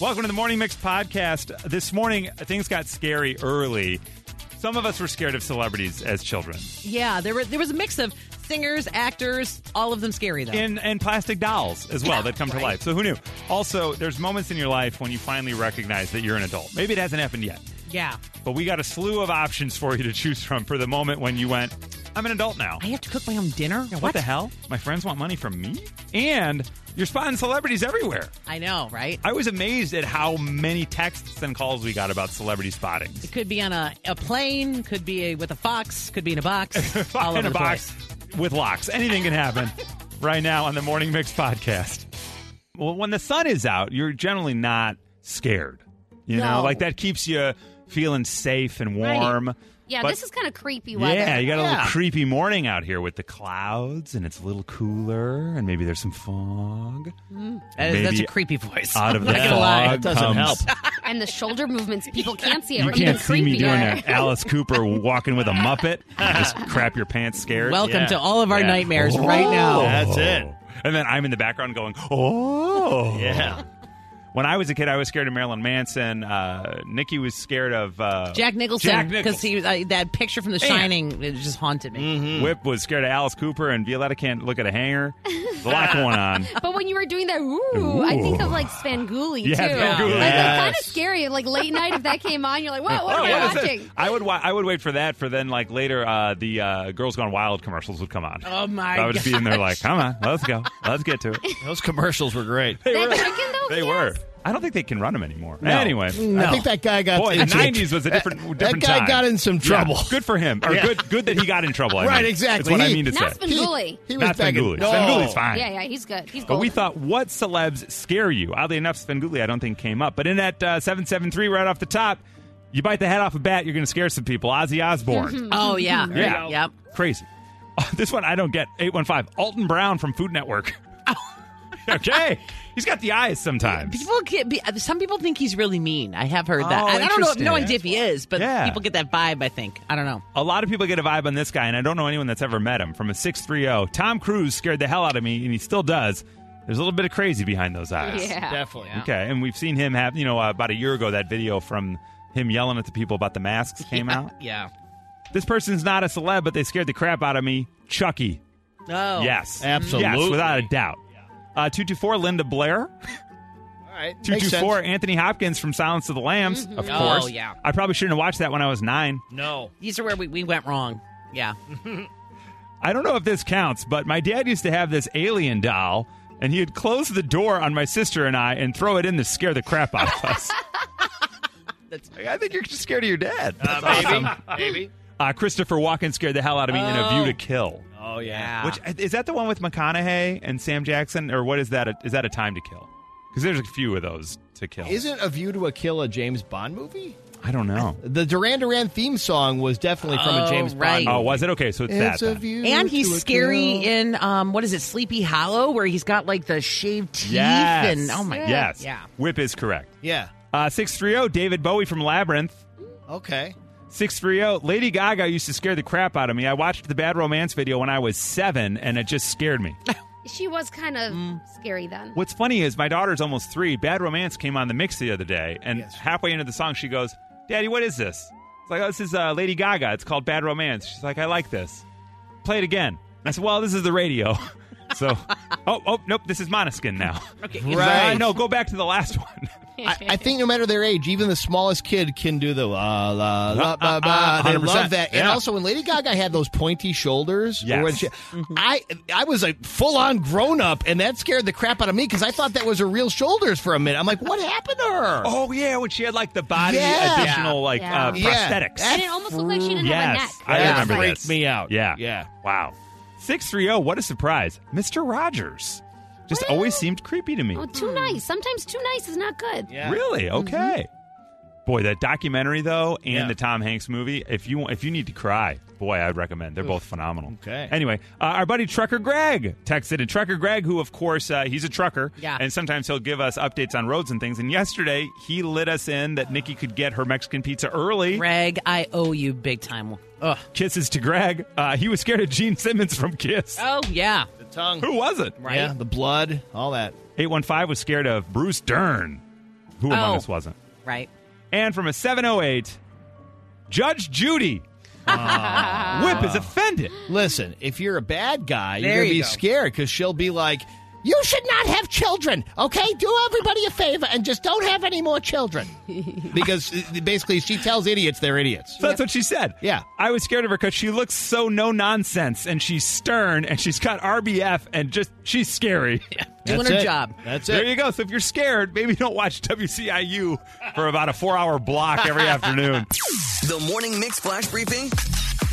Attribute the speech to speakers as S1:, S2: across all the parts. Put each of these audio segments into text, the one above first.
S1: Welcome to the Morning Mix podcast. This morning, things got scary early. Some of us were scared of celebrities as children,
S2: Yeah, there were there was a mix of singers, actors, all of them scary though.
S1: and and plastic dolls as well that come to life. So who knew? Also, there's moments in your life when you finally recognize that you're an adult. Maybe it hasn't happened yet,
S2: yeah.
S1: but we got a slew of options for you to choose from for the moment when you went, "I'm an adult now."
S2: I have to cook my own dinner?
S1: what, the hell? My friends want money from me, and you're spotting celebrities everywhere.
S2: I know, right?
S1: I was amazed at how many texts and calls we got about celebrity spotting.
S2: It could be on a, a plane, could be a, with a fox, could be in a box. all over
S1: in a
S2: the
S1: box
S2: place.
S1: with locks. Anything can happen right now on the Morning Mix podcast. Well, when the sun is out, you're generally not scared. You know,
S2: No.
S1: like that keeps you feeling safe and warm.
S3: Yeah,
S1: But-
S3: this is kind of creepy weather.
S1: Yeah, you got a little
S2: Yeah.
S1: creepy morning out here with the clouds, and it's a little cooler, and maybe there's some fog.
S2: Mm. That is- that's
S1: Maybe
S2: a creepy voice.
S1: Out of
S2: I'm not
S1: that
S2: gonna lie.
S1: fog
S4: doesn't
S1: comes-
S4: help.
S3: and the shoulder movements. People can't see it.
S1: You
S3: are
S1: can't
S3: even
S1: see me
S3: creepier.
S1: doing an Alice Cooper walking with a Muppet. You just crap your pants scared.
S2: Welcome
S4: Yeah.
S2: to all of our
S4: Yeah.
S2: nightmares right now.
S4: That's it.
S1: Oh. And then I'm in the background going, oh.
S4: Yeah.
S1: When I was a kid, I was scared of Marilyn Manson. Uh, Nikki was scared of uh,
S2: Jack Nicholson,
S1: Jack
S2: because he was- I that picture from The Shining it just haunted me.
S4: Hmm.
S1: Whip was scared of Alice Cooper, and Violetta can't look at a hanger. There's a lot going on.
S3: But when you were doing that, ooh, I think of like Spangoolie
S1: Yeah,
S3: too.
S1: Spangoolie.
S3: Like, that's kind
S4: Yes.
S3: of scary. Like late night, if that came on, you're like, whoa, what
S1: Oh, what
S3: am I
S1: is this?
S3: watching?
S1: I would wa- I would wait for that for then like later uh, the uh, Girls Gone Wild commercials would come on.
S2: Oh, my
S1: I would just be in there like, come on, let's go, let's get to it.
S4: Those commercials were great.
S3: That chicken though,
S1: They were.
S3: yes.
S1: I don't think they can run them anymore.
S4: No.
S1: Anyway,
S4: I think that guy got
S1: Boy, the
S4: into-
S1: nineties was a different.
S4: That-
S1: different
S4: that guy
S1: time.
S4: got in some trouble.
S1: Yeah, good for him, or
S4: Yeah.
S1: good good that he got in trouble. I
S4: Right,
S1: mean.
S4: exactly.
S1: That's what I
S4: He-
S1: mean to
S3: Not
S1: say.
S3: Spangoolie.
S4: He was
S1: Not
S4: back in-
S1: Spanguli.
S4: No.
S1: Spanguli's fine.
S3: Yeah, yeah, he's good. He's
S1: But
S3: golden.
S1: we thought what celebs scare you? Oddly enough, Spenguli I don't think came up. But in at uh, seven seven three, right off the top, you bite the head off a bat, you're going to scare some people. Ozzy Osbourne,
S2: Oh yeah,
S1: yeah,
S2: yep.
S1: crazy. Oh, this one I don't get. Eight one five, Alton Brown from Food Network. okay, he's got the eyes sometimes.
S2: People get be, uh, some people think he's really mean. I have heard that.
S1: Oh,
S2: I, I don't know,
S1: interesting.
S2: no idea if he is, but
S1: Yeah.
S2: people get that vibe. I think I don't know.
S1: A lot of people get a vibe on this guy, and I don't know anyone that's ever met him. From a 630, Tom Cruise scared the hell out of me, and he still does. There's a little bit of crazy behind those eyes.
S3: Yeah.
S4: Definitely.
S1: Okay, and we've seen him have, you know, uh, about a year ago, that video from him yelling at the people about the masks came out.
S2: Yeah.
S1: This person's not a celeb, but they scared the crap out of me. Chucky.
S2: Oh
S1: yes. Yes,
S4: Absolutely.
S1: without a doubt. Uh, 224, Linda Blair.
S4: All right. Makes sense.
S1: 224, Anthony Hopkins from Silence of the Lambs, of
S2: Oh,
S1: course.
S2: yeah.
S1: I probably shouldn't have watched that when I was nine.
S4: No.
S2: These are where we, we went wrong. Yeah.
S4: Mm-hmm.
S1: I don't know if this counts, but my dad used to have this alien doll, and he'd close the door on my sister and I and throw it in to scare the crap out of us.
S2: That's-
S1: I think you're scared of your dad.
S4: maybe. maybe.
S1: Uh, Christopher Walken scared the hell out of me in A View to Kill.
S4: Oh
S2: Ah.
S4: yeah.
S1: Which is that the one with McConaughey and Sam Jackson, or what is that? Is that a Time to Kill? Because there's a few of those to kill.
S4: Isn't A View to a Kill a James Bond movie?
S1: I don't know.
S4: The Duran Duran theme song was definitely from
S2: Oh,
S4: a James
S2: right.
S1: Oh,
S4: Bond.
S1: was it okay? So it's, that. then.
S4: view
S2: And he's
S4: to a
S2: scary
S4: Kill.
S2: in um what is it, Sleepy Hollow, where he's got like the shaved teeth
S1: Yes.
S2: and oh my
S1: yes.
S2: yeah.
S1: Whip is correct.
S4: Yeah.
S1: Uh, six three zero. David Bowie from Labyrinth.
S4: Okay.
S1: 630. oh, Lady Gaga used to scare the crap out of me. I watched the Bad Romance video when I was seven, and it just scared me.
S3: She was kind of
S1: Mm.
S3: scary then.
S1: What's funny is my daughter's almost three. Bad Romance came on the mix the other day, and
S4: Yes.
S1: halfway into the song, she goes, Daddy, what is this? It's like, oh, this is uh, Lady Gaga. It's called Bad Romance. She's like, I like this. Play it again. And I said, Well, this is the radio. So, oh, oh, nope, this is Monoskin now.
S2: Okay.
S1: Uh,
S4: Right.
S1: no, go back to the last one.
S4: I, I think no matter their age, even the smallest kid can do the la la la
S1: Ah,
S4: ba ba. They
S1: 100%.
S4: love that. And
S1: Yeah.
S4: also, when Lady Gaga had those pointy shoulders, or
S1: Yes. Mm-hmm.
S4: when she- I I was a full on grown up, and that scared the crap out of me because I thought that was her real shoulders for a minute. I'm like, what happened to her?
S1: Oh, yeah, when she had like the body
S4: Yeah.
S1: additional like
S3: Yeah.
S1: uh,
S4: Yeah.
S1: prosthetics.
S4: That
S3: and it almost looked like she didn't have a neck.
S1: Yes, I
S4: That
S1: remember
S4: freaked
S1: this.
S4: me out.
S1: Yeah,
S4: Yeah.
S1: Wow. Six three zero. What a surprise, Mister Rogers. Just
S3: Well-
S1: always seemed creepy to me.
S3: Oh, too nice. Sometimes too nice is not good.
S4: Yeah.
S1: Really? Okay. Boy, that documentary though, and
S4: Yeah.
S1: the Tom Hanks movie. If you if you need to cry, boy, I'd recommend. They're both phenomenal.
S4: Okay.
S1: Anyway, uh, our buddy Trucker Greg texted, and Trucker Greg, who of course uh, he's a trucker,
S2: Yeah.
S1: and sometimes he'll give us updates on roads and things. And yesterday he lit us in that Nikki could get her Mexican pizza early.
S2: Greg, I owe you big time. Ugh.
S1: Kisses to Greg. Uh, he was scared of Gene Simmons from Kiss.
S2: Oh yeah.
S4: The tongue.
S1: Who was it?
S2: Right.
S4: Yeah. The blood. All that.
S1: 815 was scared of Bruce Dern Who among
S2: Oh.
S1: us wasn't?
S2: Right.
S1: And from a 708, Judge Judy. Whip is offended.
S4: Listen, if you're a bad guy, you're
S2: There
S4: gonna
S2: you
S4: be
S2: go.
S4: scared because she'll be like, "You should not have children." Okay, do everybody a favor and just don't have any more children, because uh, basically she tells idiots they're idiots.
S1: So that's what she said.
S4: Yeah.
S1: I was scared of her because she looks so no nonsense and she's stern and she's got RBF and just, she's scary.
S2: Doing
S4: That's
S2: her
S4: it.
S2: job.
S4: That's
S1: There
S4: it.
S1: you go. So if you're scared, maybe don't watch WCIU for about a four hour block every afternoon.
S5: The Morning Mix Flash Briefing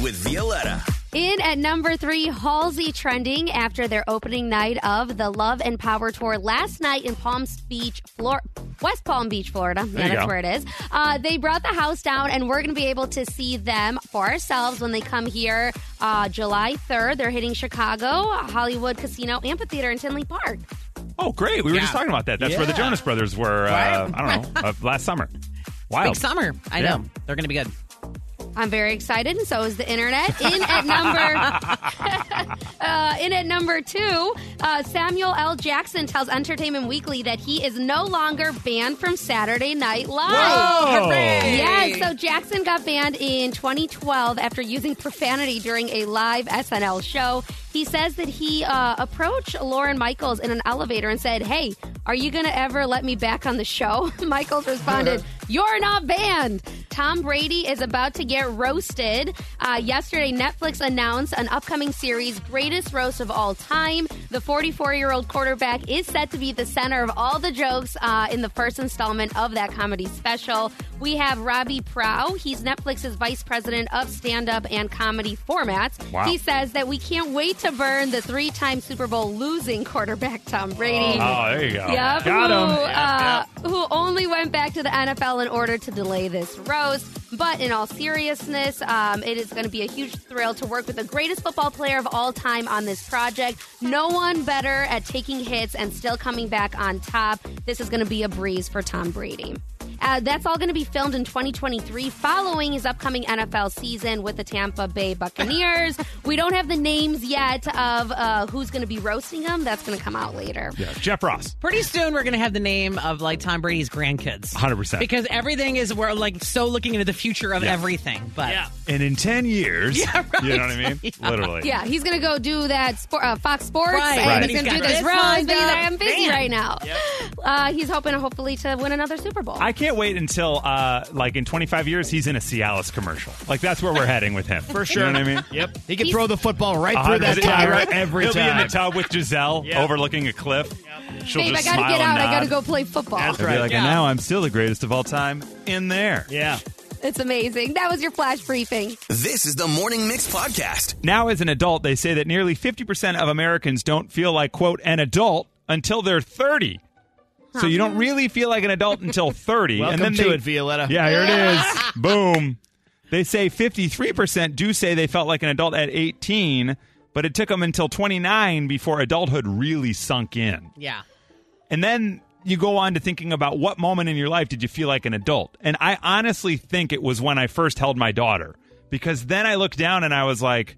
S5: with Violetta.
S3: In at number three, Halsey trending after their opening night of the Love and Power Tour last night in Palm Beach, Florida. West Palm Beach, Florida.
S1: There
S3: Yeah,
S1: you
S3: that's
S1: go.
S3: where it is. Uh, they brought the house down, and we're going to be able to see them for ourselves when they come here uh, July 3rd. They're hitting Chicago, Hollywood Casino Amphitheater in Tinley Park.
S1: Oh, great. We were just talking about that. That's where the
S4: Yeah.
S1: Jonas Brothers were, uh,
S2: Right.
S1: I don't know, uh, last summer. Wild.
S2: Big summer. I
S1: Yeah.
S2: know. They're going to be good.
S3: I'm very excited, and so is the internet. In at number, uh, in at number two, uh, Samuel L. Jackson tells Entertainment Weekly that he is no longer banned from Saturday Night Live.
S1: Whoa.
S2: Hooray.
S3: Yes, so Jackson got banned in 2012 after using profanity during a live SNL show. He says that he uh, approached Lauren Michaels in an elevator and said, Hey, are you going to ever let me back on the show? Michaels responded, You're not banned. Tom Brady is about to get roasted. Uh, yesterday, Netflix announced an upcoming series, Greatest Roast of All Time. The 44 year old quarterback is set to be the center of all the jokes uh, in the first installment of that comedy special. We have Robbie Prow. He's Netflix's vice president of stand up and comedy formats.
S1: Wow.
S3: He says that we can't wait to burn the three time Super Bowl losing quarterback Tom Brady.
S1: Oh, there you go.
S3: Yep,
S1: Got
S3: who,
S1: him.
S3: uh, who only went back to the NFL in order to delay this roast. But in all seriousness, um, it is going to be a huge thrill to work with the greatest football player of all time on this project. No one better at taking hits and still coming back on top. This is going to be a breeze for Tom Brady. Uh, that's all going to be filmed in 2023 following his upcoming NFL season with the Tampa Bay Buccaneers. we don't have the names yet of uh, who's going to be roasting him. That's going to come out later.
S1: Yeah, Jeff Ross.
S2: Pretty soon we're going to have the name of like Tom Brady's grandkids.
S1: 100%.
S2: Because everything is we're like so looking into the future of everything. But yeah.
S1: And in 10 years, you know what I mean? Literally.
S3: Yeah, he's gonna go do that spor- uh, Fox Sports,
S2: Right.
S3: and
S1: Right.
S3: he's gonna do
S2: He's got
S3: this
S2: this
S3: round,
S2: lined
S3: but he's like,
S2: up.
S3: I'm busy
S2: Man.
S3: right now. Uh, he's hoping, hopefully, to win another Super Bowl.
S1: I can't wait until, uh, like, in 25 years, he's in a Cialis commercial. Like, that's where we're heading with him. For sure. You know what I mean?
S4: Yep, he can
S3: He's-
S4: throw the football right
S1: A
S4: through
S1: hundred
S4: that
S1: percent.
S4: tire every
S1: He'll
S4: time.
S1: be in the tub with Giselle overlooking a cliff. She'll
S3: Babe, I
S1: just
S3: gotta
S1: smile
S3: get out.
S1: and
S3: I gotta
S1: nod.
S3: go play football.
S1: They'll be like, and now I'm still the greatest of all time in there.
S4: yeah.
S3: It's amazing. That was your flash briefing.
S5: This is the Morning Mix Podcast.
S1: Now, as an adult, they say that nearly 50% of Americans don't feel like, quote, an adult until they're 30. So you don't really feel like an adult until 30.
S4: Welcome
S1: and then
S4: to
S1: they,
S4: it, Violetta.
S1: Yeah, here it is. Boom. They say 53% do say they felt like an adult at 18, but it took them until 29 before adulthood really sunk in. And then you go on to thinking about what moment in your life did you feel like an adult? And I honestly think it was when I first held my daughter because then I looked down and I was like,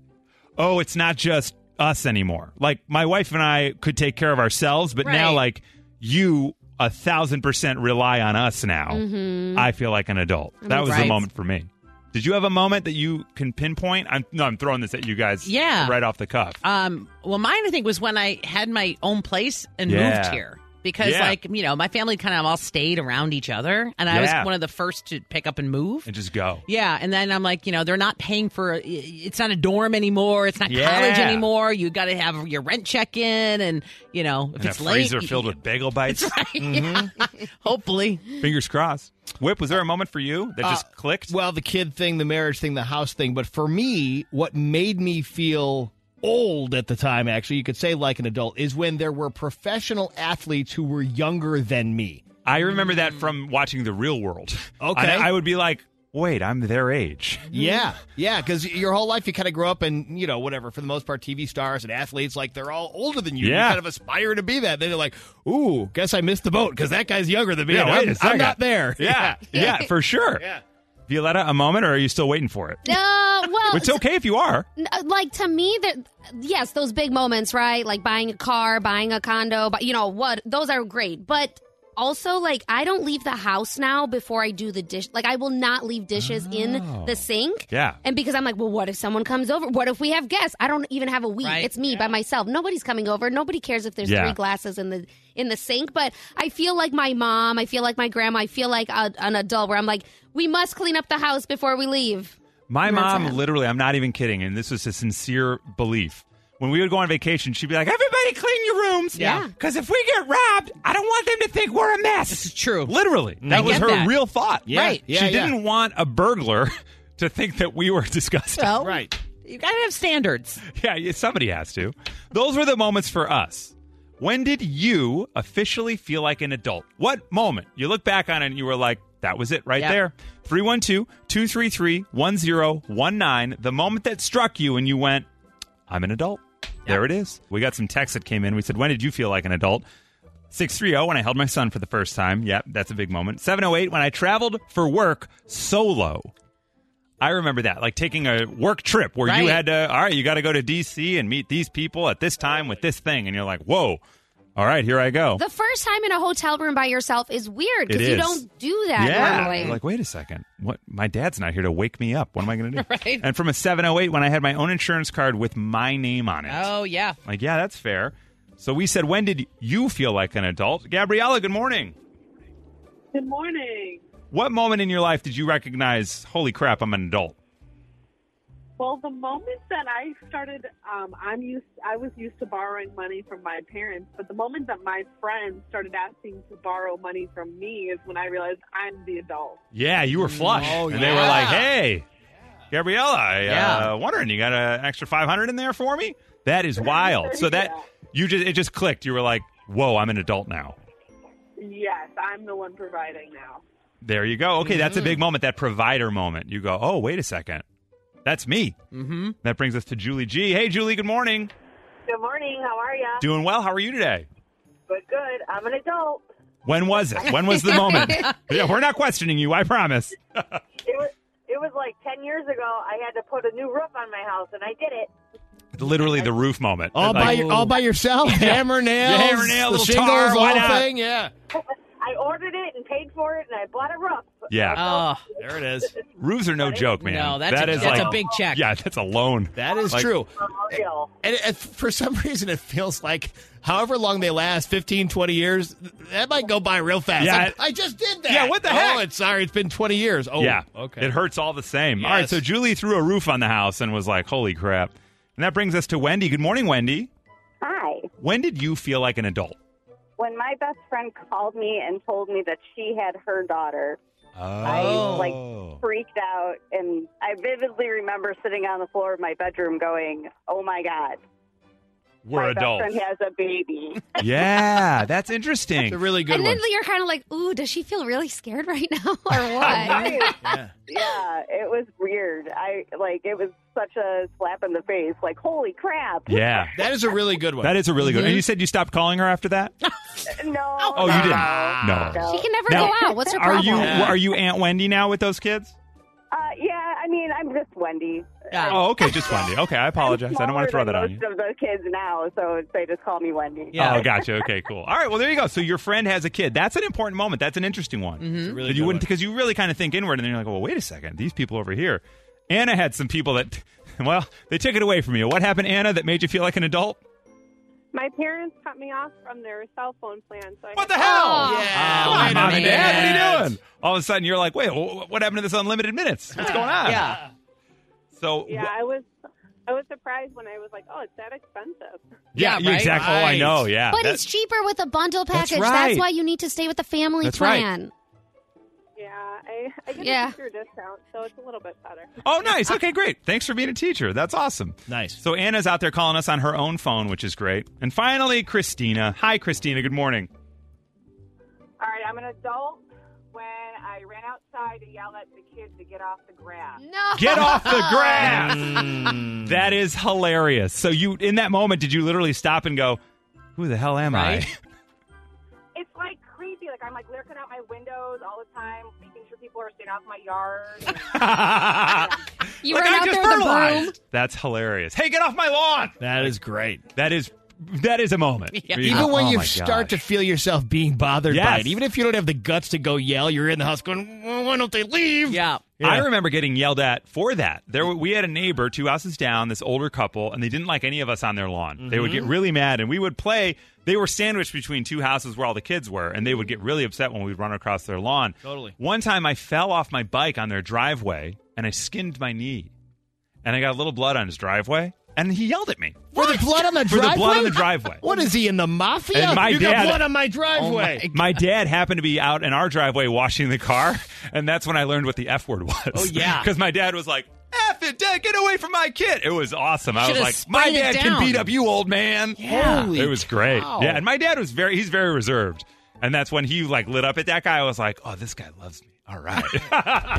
S1: oh, it's not just us anymore. Like my wife and I could take care of ourselves, but now
S2: Right.
S1: like you a thousand percent rely on us now.
S2: Mm-hmm.
S1: I feel like an adult. that was the
S2: right.
S1: moment for me. Did you have a moment that you can pinpoint? I'm no, I'm throwing this at you guys.
S2: Yeah.
S1: right off the cuff.
S2: Um, well, mine I think was when I had my own place and
S1: Yeah.
S2: moved here because,
S1: Yeah.
S2: like, you know, my family kind of all stayed around each other, and I
S1: Yeah.
S2: was one of the first to pick up and move.
S1: and just go.
S2: Yeah, and then I'm like, you know, they're not paying for. It's not a dorm anymore. It's not college
S1: Yeah.
S2: anymore. You got to have your rent check in, and you know, if
S1: And a
S2: it's late,
S1: freezer
S2: you-
S1: filled with bagel bites.
S2: hopefully,
S1: Fingers crossed. Whip, was there a moment for you that just clicked?
S4: Uh, Well, the kid thing, the marriage thing, the house thing. But for me, what made me feel old at the time, actually, you could say like an adult, is when there were professional athletes who were younger than me.
S1: I remember that from watching The Real World.
S4: mm. Okay.
S1: And I, would be like, wait, I'm their age.
S4: Yeah, yeah, because your whole life you kind of grow up and you know whatever for the most part TV stars and athletes like they're all older than you.
S1: Yeah.
S4: you kind of aspire to be that. Then you're like, ooh, guess I missed the boat because that guy's younger than me.
S1: Yeah,
S4: and
S1: wait a
S4: I'm, I'm
S1: second.
S4: not there.
S1: Yeah. Yeah, for sure.
S4: Yeah.
S1: Violetta, a moment, or are you still waiting for it?
S3: No, well,
S1: It's okay if you are.
S3: n- uh, like to me, that yes, those big moments, right? Like buying a car, buying a condo, but you know what? Those are great, but. also like I don't leave the house now before I do the dish. Like I will not leave dishes in the sink.
S1: Oh. Yeah.
S3: And because I'm like, well, what if someone comes over? What if we have guests? I don't even have a week.
S2: Right.
S3: It's me by myself. Nobody's coming over. Nobody cares if there's
S1: Yeah.
S3: three glasses in the in the sink. But I feel like my mom. I feel like my grandma. I feel like a, an adult where I'm like, we must clean up the house before we leave.
S1: My
S3: That's
S1: mom,
S3: it.
S1: literally, I'm not even kidding, and this was a sincere belief. When we would go on vacation, she'd be like, "Everybody, clean your rooms,
S3: Yeah.
S1: Because if we get robbed, I don't want them to think we're a mess."
S2: This is true. Mm-hmm.
S1: Literally, that was
S2: get
S1: her
S2: that.
S1: real thought.
S4: Yeah,
S2: Right.
S4: yeah,
S1: she
S4: yeah.
S1: didn't want a burglar to think that we were disgusting.
S2: Well,
S4: Right.
S2: You gotta have standards.
S1: Yeah, yeah, somebody has to. Those were the moments for us. When did you officially feel like an adult? What moment? You look back on it and you were like, that was it right
S2: Yeah.
S1: there. 312 233 1019. The moment that struck you and you went, I'm an adult. There it is. We got some texts that came in. We said, When did you feel like an adult? 630 when I held my son for the first time. Yep, that's a big moment. 708 when I traveled for work solo. I remember that, like taking a work trip where you
S2: Right.
S1: had to, all right, you got to go to DC and meet these people at this time with this thing. And you're like, whoa, all right, here I go.
S3: The first time in a hotel room by yourself is weird
S1: It
S3: because you
S1: is.
S3: don't do that normally.
S1: Like, wait a second. What? My dad's not here to wake me up. What am I going to do?
S2: Right.
S1: And from a 708 when I had my own insurance card with my name on it.
S2: Oh yeah.
S1: Like, yeah, that's fair. So we said, when did you feel like an adult? Gabriella, good morning.
S6: Good morning.
S1: What moment in your life did you recognize, holy crap, I'm an adult?
S6: Well, the moment that I started, um, I'm used. I was used to borrowing money from my parents, but the moment that my friends started asking to borrow money from me is when I realized I'm the adult.
S1: Yeah, you were flush.
S4: Oh,
S1: And they were
S4: yeah.
S1: like, hey, Gabriella, I
S2: Yeah.
S1: uh, wondering, you got an extra 500 in there for me? That is wild. So that, you just, it just clicked. You were like, whoa, I'm an adult now.
S6: Yes, I'm the one providing now.
S1: There you go. Okay, that's a big moment, that provider moment. You go, oh, wait a second. That's me.
S2: Mm-hmm.
S1: That brings us to Julie G. Hey, Julie, good morning.
S6: Good morning. How are ya?
S1: Doing well. How are you today?
S6: But good. I'm an adult.
S1: When was it? When was the moment? yeah, we're not questioning you, I promise.
S6: It was. It was like ten years ago. I had to put a new roof on my house, and I did it.
S1: Literally the roof moment.
S4: All by
S1: Like,
S4: your, all by yourself, hammer nails,
S1: hammer nail,
S4: the
S1: little
S4: shingles,
S1: tar,
S4: the
S1: why
S4: whole
S1: not?
S4: thing. Yeah,
S6: I ordered it and paid for it, and I bought a roof.
S1: Yeah.
S2: Oh
S4: there it is.
S1: Roofs are no joke, man.
S2: no, that's
S1: That
S2: a,
S1: is
S2: that's
S1: like,
S2: a big check.
S1: Yeah, that's a loan.
S4: That is
S1: Like-
S4: true.
S6: For real.
S4: And it, for some reason, it feels like however long they last 15, 20 years that might go by real fast.
S1: Yeah.
S4: Like, I just did that.
S1: Yeah, what the heck?
S4: Oh, it's, sorry, it's been 20 years. Oh,
S1: yeah.
S4: Okay.
S1: It hurts all the same. All right,
S4: Yes.
S1: so Julie threw a roof on the house and was like, holy crap. And that brings us to Wendy. Good morning, Wendy.
S7: Hi.
S1: When did you feel like an adult?
S7: When my best friend called me and told me that she had her daughter,
S1: Oh.
S7: like, freaked out, and I vividly remember sitting on the floor of my bedroom going, "Oh my god,
S1: We're
S7: my
S1: adults.
S7: best friend has a baby."
S1: yeah, that's
S4: It's a
S1: interesting.
S4: really good
S3: and then
S4: one.
S3: you're kind of like, ooh, does she feel really scared right now or what?
S4: yeah.
S7: yeah, it was weird. I like it was such a slap in the face. Like, holy crap!
S1: Yeah.
S4: That is a really good one.
S1: That is a really
S2: Mm-hmm.
S1: good. And you said you stopped calling her after that?
S7: No.
S1: Oh, you didn't.
S7: no,
S1: No.
S3: she can never
S1: Now,
S3: go out. What's her
S1: Are
S3: problem?
S1: you
S4: Yeah.
S1: are you Aunt Wendy now with those kids?
S7: Uh, yeah, I mean, I'm just Wendy.
S2: Yeah.
S1: Oh, okay, just Wendy. Okay, I apologize. I don't want to throw
S7: Smaller
S1: that on
S7: than
S1: you.
S7: Most of the kids now, so they just call me Wendy.
S2: Yeah.
S1: Oh, gotcha. Okay, cool. All right. Well, there you go. So your friend has a kid. That's an important moment. That's an interesting one.
S4: It's a really
S1: That Hmm? you
S4: good
S1: wouldn't
S4: one.
S1: because you really kind of think inward, and then you're like, well, wait a second. These people over here. Anna had some people that, well, they took it away from you. What happened, Anna, that made you feel like an adult?
S6: My parents cut me off from their cell phone plan, so I
S1: What the hell?
S4: Yeah,
S1: Come
S4: wait
S1: on,
S4: a
S1: mom and dad. What are you
S4: minute.
S1: doing? All of a sudden, you're like, wait, wh- what happened to this unlimited minutes? What's going on?
S2: Yeah.
S1: So
S6: Yeah, I was I was surprised when I was like, "Oh, it's that expensive."
S1: yeah,
S2: Yeah,
S1: you
S2: right?
S1: exactly. Oh, I
S4: Right.
S1: know. Yeah.
S3: But
S1: That-
S3: it's cheaper with a bundle
S1: That's
S3: package. That's,
S1: right.
S3: why you need to stay with the family
S1: That's right.
S3: plan.
S6: Yeah, I I get
S3: Yeah.
S6: a teacher discount, so it's a little bit better.
S1: oh, nice. Okay, great. Thanks for being a teacher. That's awesome.
S4: nice.
S1: So Anna's out there calling us on her own phone, which is great. And finally, Christina. Hi, Christina. Good morning.
S8: All right, I'm an adult when I ran outside to yell at the kids to get off the grass.
S3: No.
S1: Get off the grass.
S4: Mm.
S1: that is hilarious. So you, in that moment, did you literally stop and go, "Who the hell am
S2: Right.
S8: It's like creepy. Like I'm like looking out my windows all the time, making sure people are staying off my yard.
S1: I?"
S3: You
S1: Like,
S3: ran
S1: I
S3: out
S1: just
S3: there with a broom.
S1: fertilized. That's hilarious. Hey, get off my lawn.
S4: That is great.
S1: That is that is a moment.
S2: Yeah.
S1: Where you
S4: Even
S1: go,
S4: when
S1: "Oh
S4: you
S1: my
S4: start to
S1: gosh."
S4: feel yourself being bothered by
S1: Yes.
S4: it, even if you don't have the guts to go yell, you're in the house going, well, "Why don't they leave?"
S2: Yeah.
S1: I remember getting yelled at for that. There, were- we had a neighbor two houses down, this older couple, and they didn't like any of us on their lawn. They would get really mad, and we would play. They were sandwiched between two houses where all the kids were, and they would get really upset when we'd run across their lawn.
S4: Totally.
S1: One time, I fell off my bike on their driveway, and I skinned my knee, and I got a little blood on his driveway, and he yelled at me
S4: For the blood on the
S1: for
S4: driveway.
S1: the blood on the driveway.
S4: What is he in the mafia?
S1: And my
S4: you
S1: dad-
S4: got blood on my driveway.
S1: Oh My dad happened to be out in our driveway washing the car, and that's when I learned what the F word was. Oh,
S2: yeah.
S1: Because my dad was like, F it, Dad, get away from my kid. It was awesome. I was
S2: Should've
S1: like, my
S2: sprayed it
S1: dad can
S2: down."
S1: beat up you, old man.
S2: Yeah.
S1: It was great.
S4: cow.
S1: Yeah, and my dad was very, he's very reserved. And that's when he like lit up at that guy. I was like, oh, this guy loves me. All right.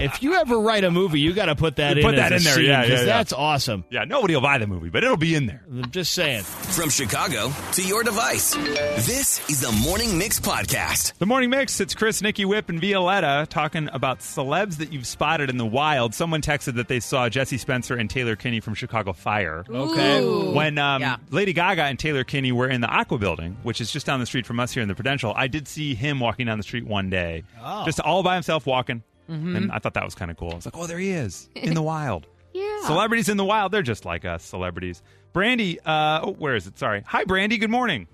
S4: if you ever write a movie, you got to put that in.
S1: Put that
S4: as a scene,
S1: in there, yeah, yeah,
S4: 'cause
S1: yeah.
S4: That's awesome.
S1: yeah, nobody will buy the movie, but it'll be in there.
S4: I'm just saying.
S5: From Chicago to your device, this is the Morning Mix Podcast.
S1: The Morning Mix, it's Chris, Nikki Whip, and Violetta talking about celebs that you've spotted in the wild. Someone texted that they saw Jesse Spencer and Taylor Kinney from Chicago Fire.
S2: Oh,
S4: Okay.
S1: When um,
S2: Yeah.
S1: Lady Gaga and Taylor Kinney were in the Aqua Building, which is just down the street from us here in the Prudential, I did see him walking down the street one day, just all by himself walking, and I thought that was kind of cool. I was like, "Oh, there he is in the wild."
S3: Yeah.
S1: celebrities in the wild. They're just like us, celebrities. Brandy, uh, oh, where is it? Sorry. Hi, Brandy. Good morning.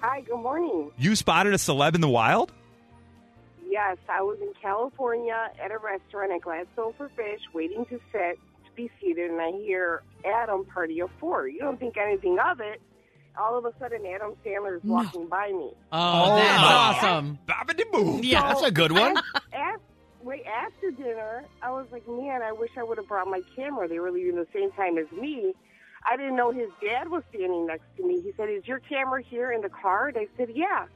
S9: Hi, good morning.
S1: You spotted a celeb in the wild?
S9: Yes, I was in California at a restaurant at Gladstone for Fish, waiting to sit to be seated, and I hear Adam Party of Four. You don't think anything of it. All of a sudden, Adam Sandler's walking by me.
S2: Oh, that's
S1: wow.
S2: awesome.
S1: Bobbidi-boo.
S2: Yeah.
S4: That's a
S9: Oh,
S4: good one.
S9: Af right after dinner, I was like, man, I wish I would have brought my camera. They were leaving the same time as me. I didn't know his dad was standing next to me. He said, is your camera here in the car? And I said, yeah.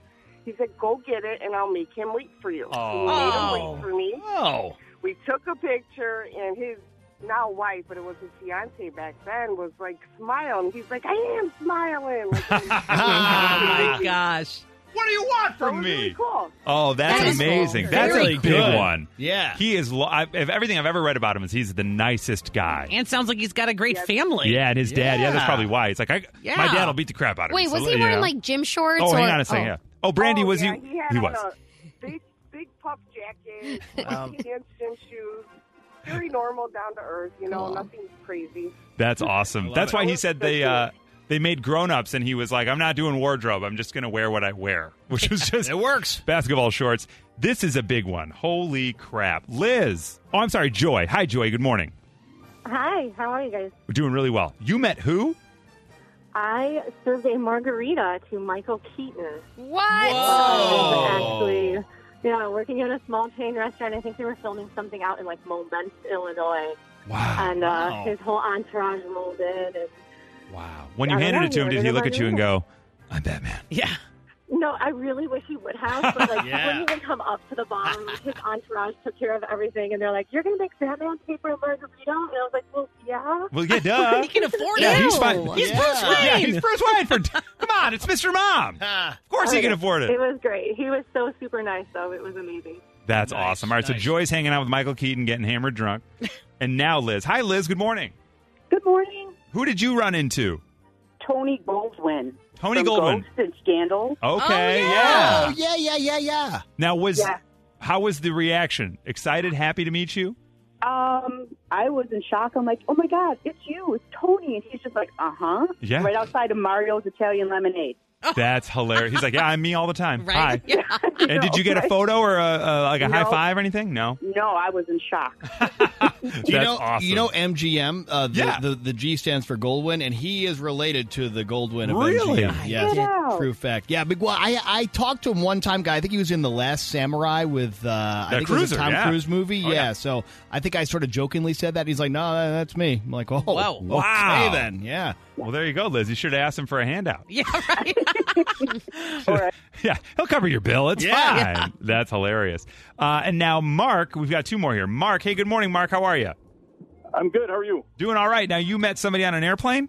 S9: He said, go get it, and I'll make him wait for you. So He made him wait for me.
S4: Oh.
S9: we took a picture, and his now wife, but it was his fiance back then, was like smiling. He's like, I am smiling. Like,
S1: Ah.
S2: Oh, my gosh.
S1: What do you want
S9: so it was really cool.
S1: Oh, that's
S3: That is cool.
S1: amazing. That's
S4: Very
S1: a big
S4: good.
S1: one.
S4: Yeah.
S1: He is, lo- I, of everything I've ever read about him, is he's the nicest guy.
S2: And sounds like he's got a great family.
S1: Yeah, and his dad. Yeah, that's
S4: Yeah.
S1: probably why. He's like, I,
S2: Yeah.
S1: my dad will beat the crap out of me.
S3: Wait,
S1: So,
S3: was
S1: you
S3: he
S1: know.
S3: wearing like gym shorts?
S1: Oh,
S3: or,
S1: hang on a second.
S3: oh.
S1: yeah. Oh, Brandy,
S9: Oh,
S1: was
S9: yeah,
S1: he?
S9: He, had
S1: he
S9: on
S1: was. Um,
S9: A big, big puff jacket, pants, and shoes. Very normal, down to earth. You know,
S3: Cool.
S9: nothing crazy.
S1: That's awesome. That's
S4: it.
S1: why he
S9: was
S1: said
S9: so
S1: they
S9: cool.
S1: uh, they made grown ups, and he was like, I'm not doing wardrobe. I'm just going to wear what I wear, which was just
S4: It works.
S1: basketball shorts. This is a big one. Holy crap. Liz. Oh, I'm sorry, Joy. Hi, Joy. Good morning.
S9: Hi, how are you guys?
S1: We're doing really well. You met who?
S9: I served a margarita to Michael Keaton.
S3: Oh, What?
S9: actually,
S1: Oh.
S9: yeah, working at a small chain restaurant. I think they were filming something out in like Moment, Illinois,
S1: Wow.
S9: and uh,
S4: Wow.
S9: his whole entourage rolled in. And,
S1: Wow. When you
S9: I don't
S1: handed
S9: know,
S1: it to him,
S9: you
S1: did
S9: don't
S1: he
S9: know
S1: look
S9: about
S1: at you and
S9: me.
S1: go, I'm Batman?
S2: Yeah.
S9: no, I really wish he would have, but like
S4: Yeah.
S9: he wouldn't even come up to the bar. Like, his entourage took care of everything, and they're like, "You're gonna make Batman pay for a margarita?" And I was like, "Well, yeah."
S1: Well, yeah, duh.
S2: He can afford
S1: Yeah,
S2: it.
S1: he's fine.
S3: Ew.
S1: He's
S4: Yeah.
S1: Bruce Wayne. Yeah, he's Bruce Wayne. For come on, it's Mr. Mom. Of
S4: Ah.
S1: course he can afford
S9: It
S1: it.
S9: was great. He was so super nice, though. It was amazing.
S1: That's
S4: Nice,
S1: awesome. All right, so
S4: nice.
S1: Joy's hanging out with Michael Keaton, getting hammered drunk, and now Liz. Hi, Liz. Good morning.
S9: Good morning,
S1: Who did you run into?
S9: Tony Goldwyn.
S1: Tony Goldwyn.
S9: and Scandal.
S1: Okay,
S4: Oh yeah, yeah, yeah, yeah.
S1: Now was
S9: Yeah.
S1: how was the reaction? Excited, happy to meet you?
S9: Um, I was in shock. I'm like, oh my god, it's you, it's Tony, and he's just like, uh huh,
S1: Yeah.
S9: right outside of Mario's Italian Lemonade.
S1: That's hilarious. He's like, yeah, I'm me all the time.
S2: Right?
S1: Hi.
S2: Yeah.
S1: And did you get a photo or a, a like a
S9: No.
S1: high five or anything? No.
S9: No, I was in shock.
S1: That's
S4: you know,
S1: awesome.
S4: You know MGM. Uh, the,
S1: Yeah.
S4: the the G stands for Goldwyn, and he is related to the Goldwyn of
S1: Really?
S4: MGM. Yes,
S9: Wow.
S4: true fact. Yeah, but well, I I talked to him one time, guy. I think he was in the Last Samurai with uh, I
S1: That
S4: think it was
S1: cruiser,
S4: a Tom
S1: yeah.
S4: Cruise movie.
S1: Oh,
S4: yeah.
S1: yeah.
S4: so I think I sort of jokingly said that. He's like, no, that- that's me. I'm like, oh,
S2: Wow.
S4: okay
S1: Wow.
S4: then, yeah.
S1: well, there you go, Liz. You should have asked him for a handout.
S2: Yeah, right.
S1: Yeah, he'll cover your bill. It's
S4: Yeah.
S1: fine. That's hilarious. Uh, and now, Mark, we've got two more here. Mark, hey, good morning, Mark. How are you?
S10: I'm good. How are you?
S1: Doing all right. Now, you met somebody on an airplane?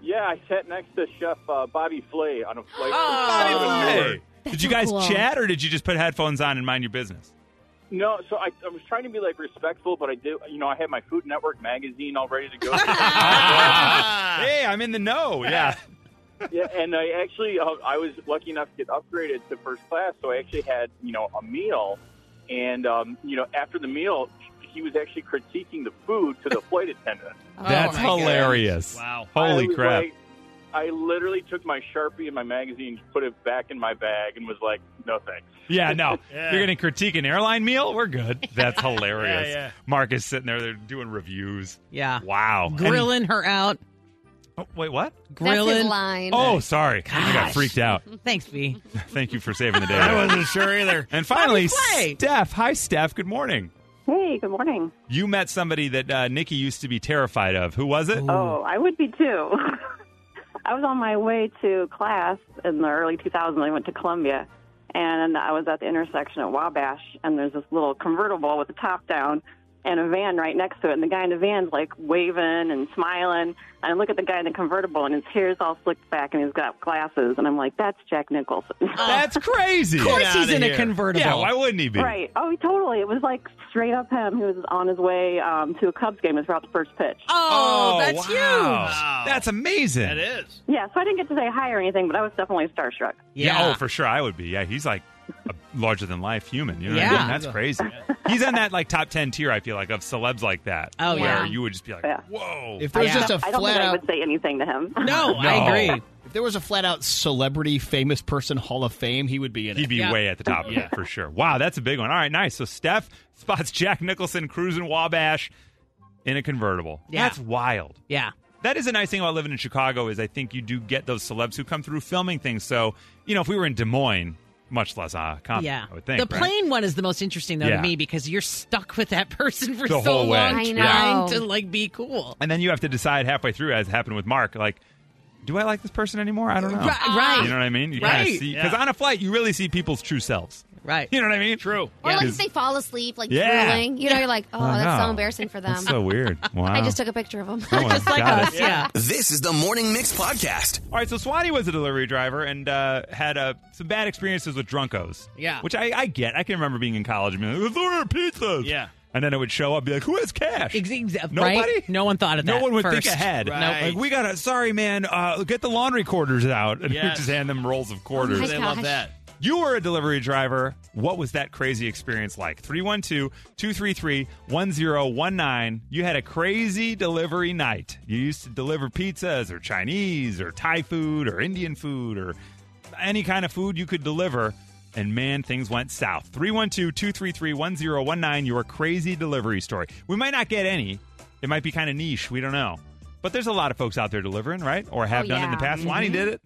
S10: Yeah, I sat next to Chef uh, Bobby Flay on a flight.
S2: Bobby
S10: from New York.
S1: Did you guys
S3: so cool.
S1: chat or did you just put headphones on and mind your business?
S10: No, so I, I was trying to be like respectful, but I did. You know, I had my Food Network magazine all ready to go.
S1: hey, I'm in the know. Yeah.
S10: yeah, and I actually uh, I was lucky enough to get upgraded to first class, so I actually had you know a meal, and um, you know after the meal, he was actually critiquing the food to the flight attendant.
S2: Oh,
S1: That's hilarious.
S4: Wow.
S10: I
S1: Holy
S10: was
S1: crap.
S10: like- I literally took my sharpie and my magazine, put it back in my bag, and was like, "No thanks."
S1: Yeah, no.
S10: Yeah.
S1: You're going to critique an airline meal? We're good. That's hilarious.
S2: yeah.
S1: Mark is sitting there. They're doing reviews.
S2: Yeah.
S1: Wow. And-
S2: Grilling her out.
S1: oh, wait, what?
S2: Grilling.
S3: line.
S1: Oh, sorry. I got freaked out.
S2: Thanks, V.
S1: Thank you for saving the day.
S4: I
S1: there.
S4: wasn't sure either.
S1: And finally,
S2: Play.
S1: Steph. Hi, Steph. Good morning.
S11: Hey, good morning.
S1: You met somebody that uh, Nikki used to be terrified of. Who was it?
S11: Oh, I would be too. I was on my way to class in the early 2000s. I went to Columbia, and I was at the intersection at Wabash, and there's this little convertible with the top down and a van right next to it. And the guy in the van's like waving and smiling. And I look at the guy in the convertible, and his hair's all slicked back, and he's got glasses. And I'm like, that's Jack Nicholson.
S1: That's crazy.
S2: Oh. Of course he's in a convertible.
S1: Yeah, why wouldn't he be?
S11: Right. Oh, totally. It was like straight up him. He was on his way um, to a Cubs game. It was about the first pitch.
S2: Oh, that's
S1: wow.
S2: huge.
S1: That's amazing.
S4: That is.
S11: Yeah, so I didn't get to say hi or anything, but I was definitely starstruck.
S1: Yeah. oh, for sure. I would be. Yeah, he's like a larger than life human. You know what I
S2: Yeah.
S1: mean? That's crazy. He's on that like top 10 tier, I feel like, of celebs like that.
S2: Oh,
S1: where
S2: yeah.
S1: you would just be like,
S11: Yeah.
S1: whoa.
S4: If there's
S2: Yeah.
S4: just a
S11: I don't
S4: flat
S11: think I
S4: out
S11: would say anything to him.
S2: No,
S1: oh, No.
S2: I agree.
S4: if there was a flat out celebrity famous person Hall of Fame, he would be in it.
S1: He'd be
S2: Yeah.
S1: way at the top of it for sure. Wow, that's a big one. All right, nice. So Steph spots Jack Nicholson cruising Wabash in a convertible.
S2: Yeah.
S1: That's wild.
S2: Yeah.
S1: That is a nice thing about living in Chicago is I think you do get those celebs who come through filming things. So, you know, if we were in Des Moines, much less uh, common,
S2: yeah.
S1: I would think.
S2: the
S1: right?
S2: plane one is the most interesting though
S1: Yeah.
S2: to me because you're stuck with that person for
S1: The
S2: so
S1: whole way.
S2: long
S1: I
S2: trying
S3: know.
S2: to like be cool.
S1: And then you have to decide halfway through, as happened with Mark, like, do I like this person anymore? I don't know.
S2: Ri- right.
S1: You know what I mean? You
S2: Right.
S1: Because on a flight, you really see people's true selves.
S2: Right.
S1: You know what I mean? True.
S3: Or like if they fall asleep, like
S1: Yeah.
S3: drooling. You know, you're like, oh,
S1: I
S3: that's so
S1: know.
S3: embarrassing for them.
S1: That's so weird. Wow. Oh
S3: I just took a picture of them.
S1: No one's
S2: Just like
S1: got it.
S2: us, yeah.
S5: This is the Morning Mix Podcast.
S1: All right, so Swanee was a delivery driver and uh, had uh, some bad experiences with drunkos.
S2: Yeah.
S1: Which I, I get. I can remember being in college and being like, let's order pizzas.
S4: Yeah.
S1: And then it would show up and be like, who has cash?
S2: Ex- ex-
S1: Nobody?
S2: right? No one thought of
S1: No
S2: that
S1: one would
S2: first.
S1: think ahead.
S4: Right.
S1: Like, we got to, sorry, man, uh, get the laundry quarters out. And we
S4: Yes.
S1: just hand them rolls of quarters.
S3: my
S4: They love
S3: Gosh.
S4: that.
S1: You were a delivery driver. What was that crazy experience like? 312 233 1019. You had a crazy delivery night. You used to deliver pizzas or Chinese or Thai food or Indian food or any kind of food you could deliver. And man, things went south. 312 233 1019, your crazy delivery story. We might not get any. It might be kind of niche. We don't know. But there's a lot of folks out there delivering, right? Or have
S3: Oh,
S1: done in the
S3: yeah.
S1: past. Lonnie did it.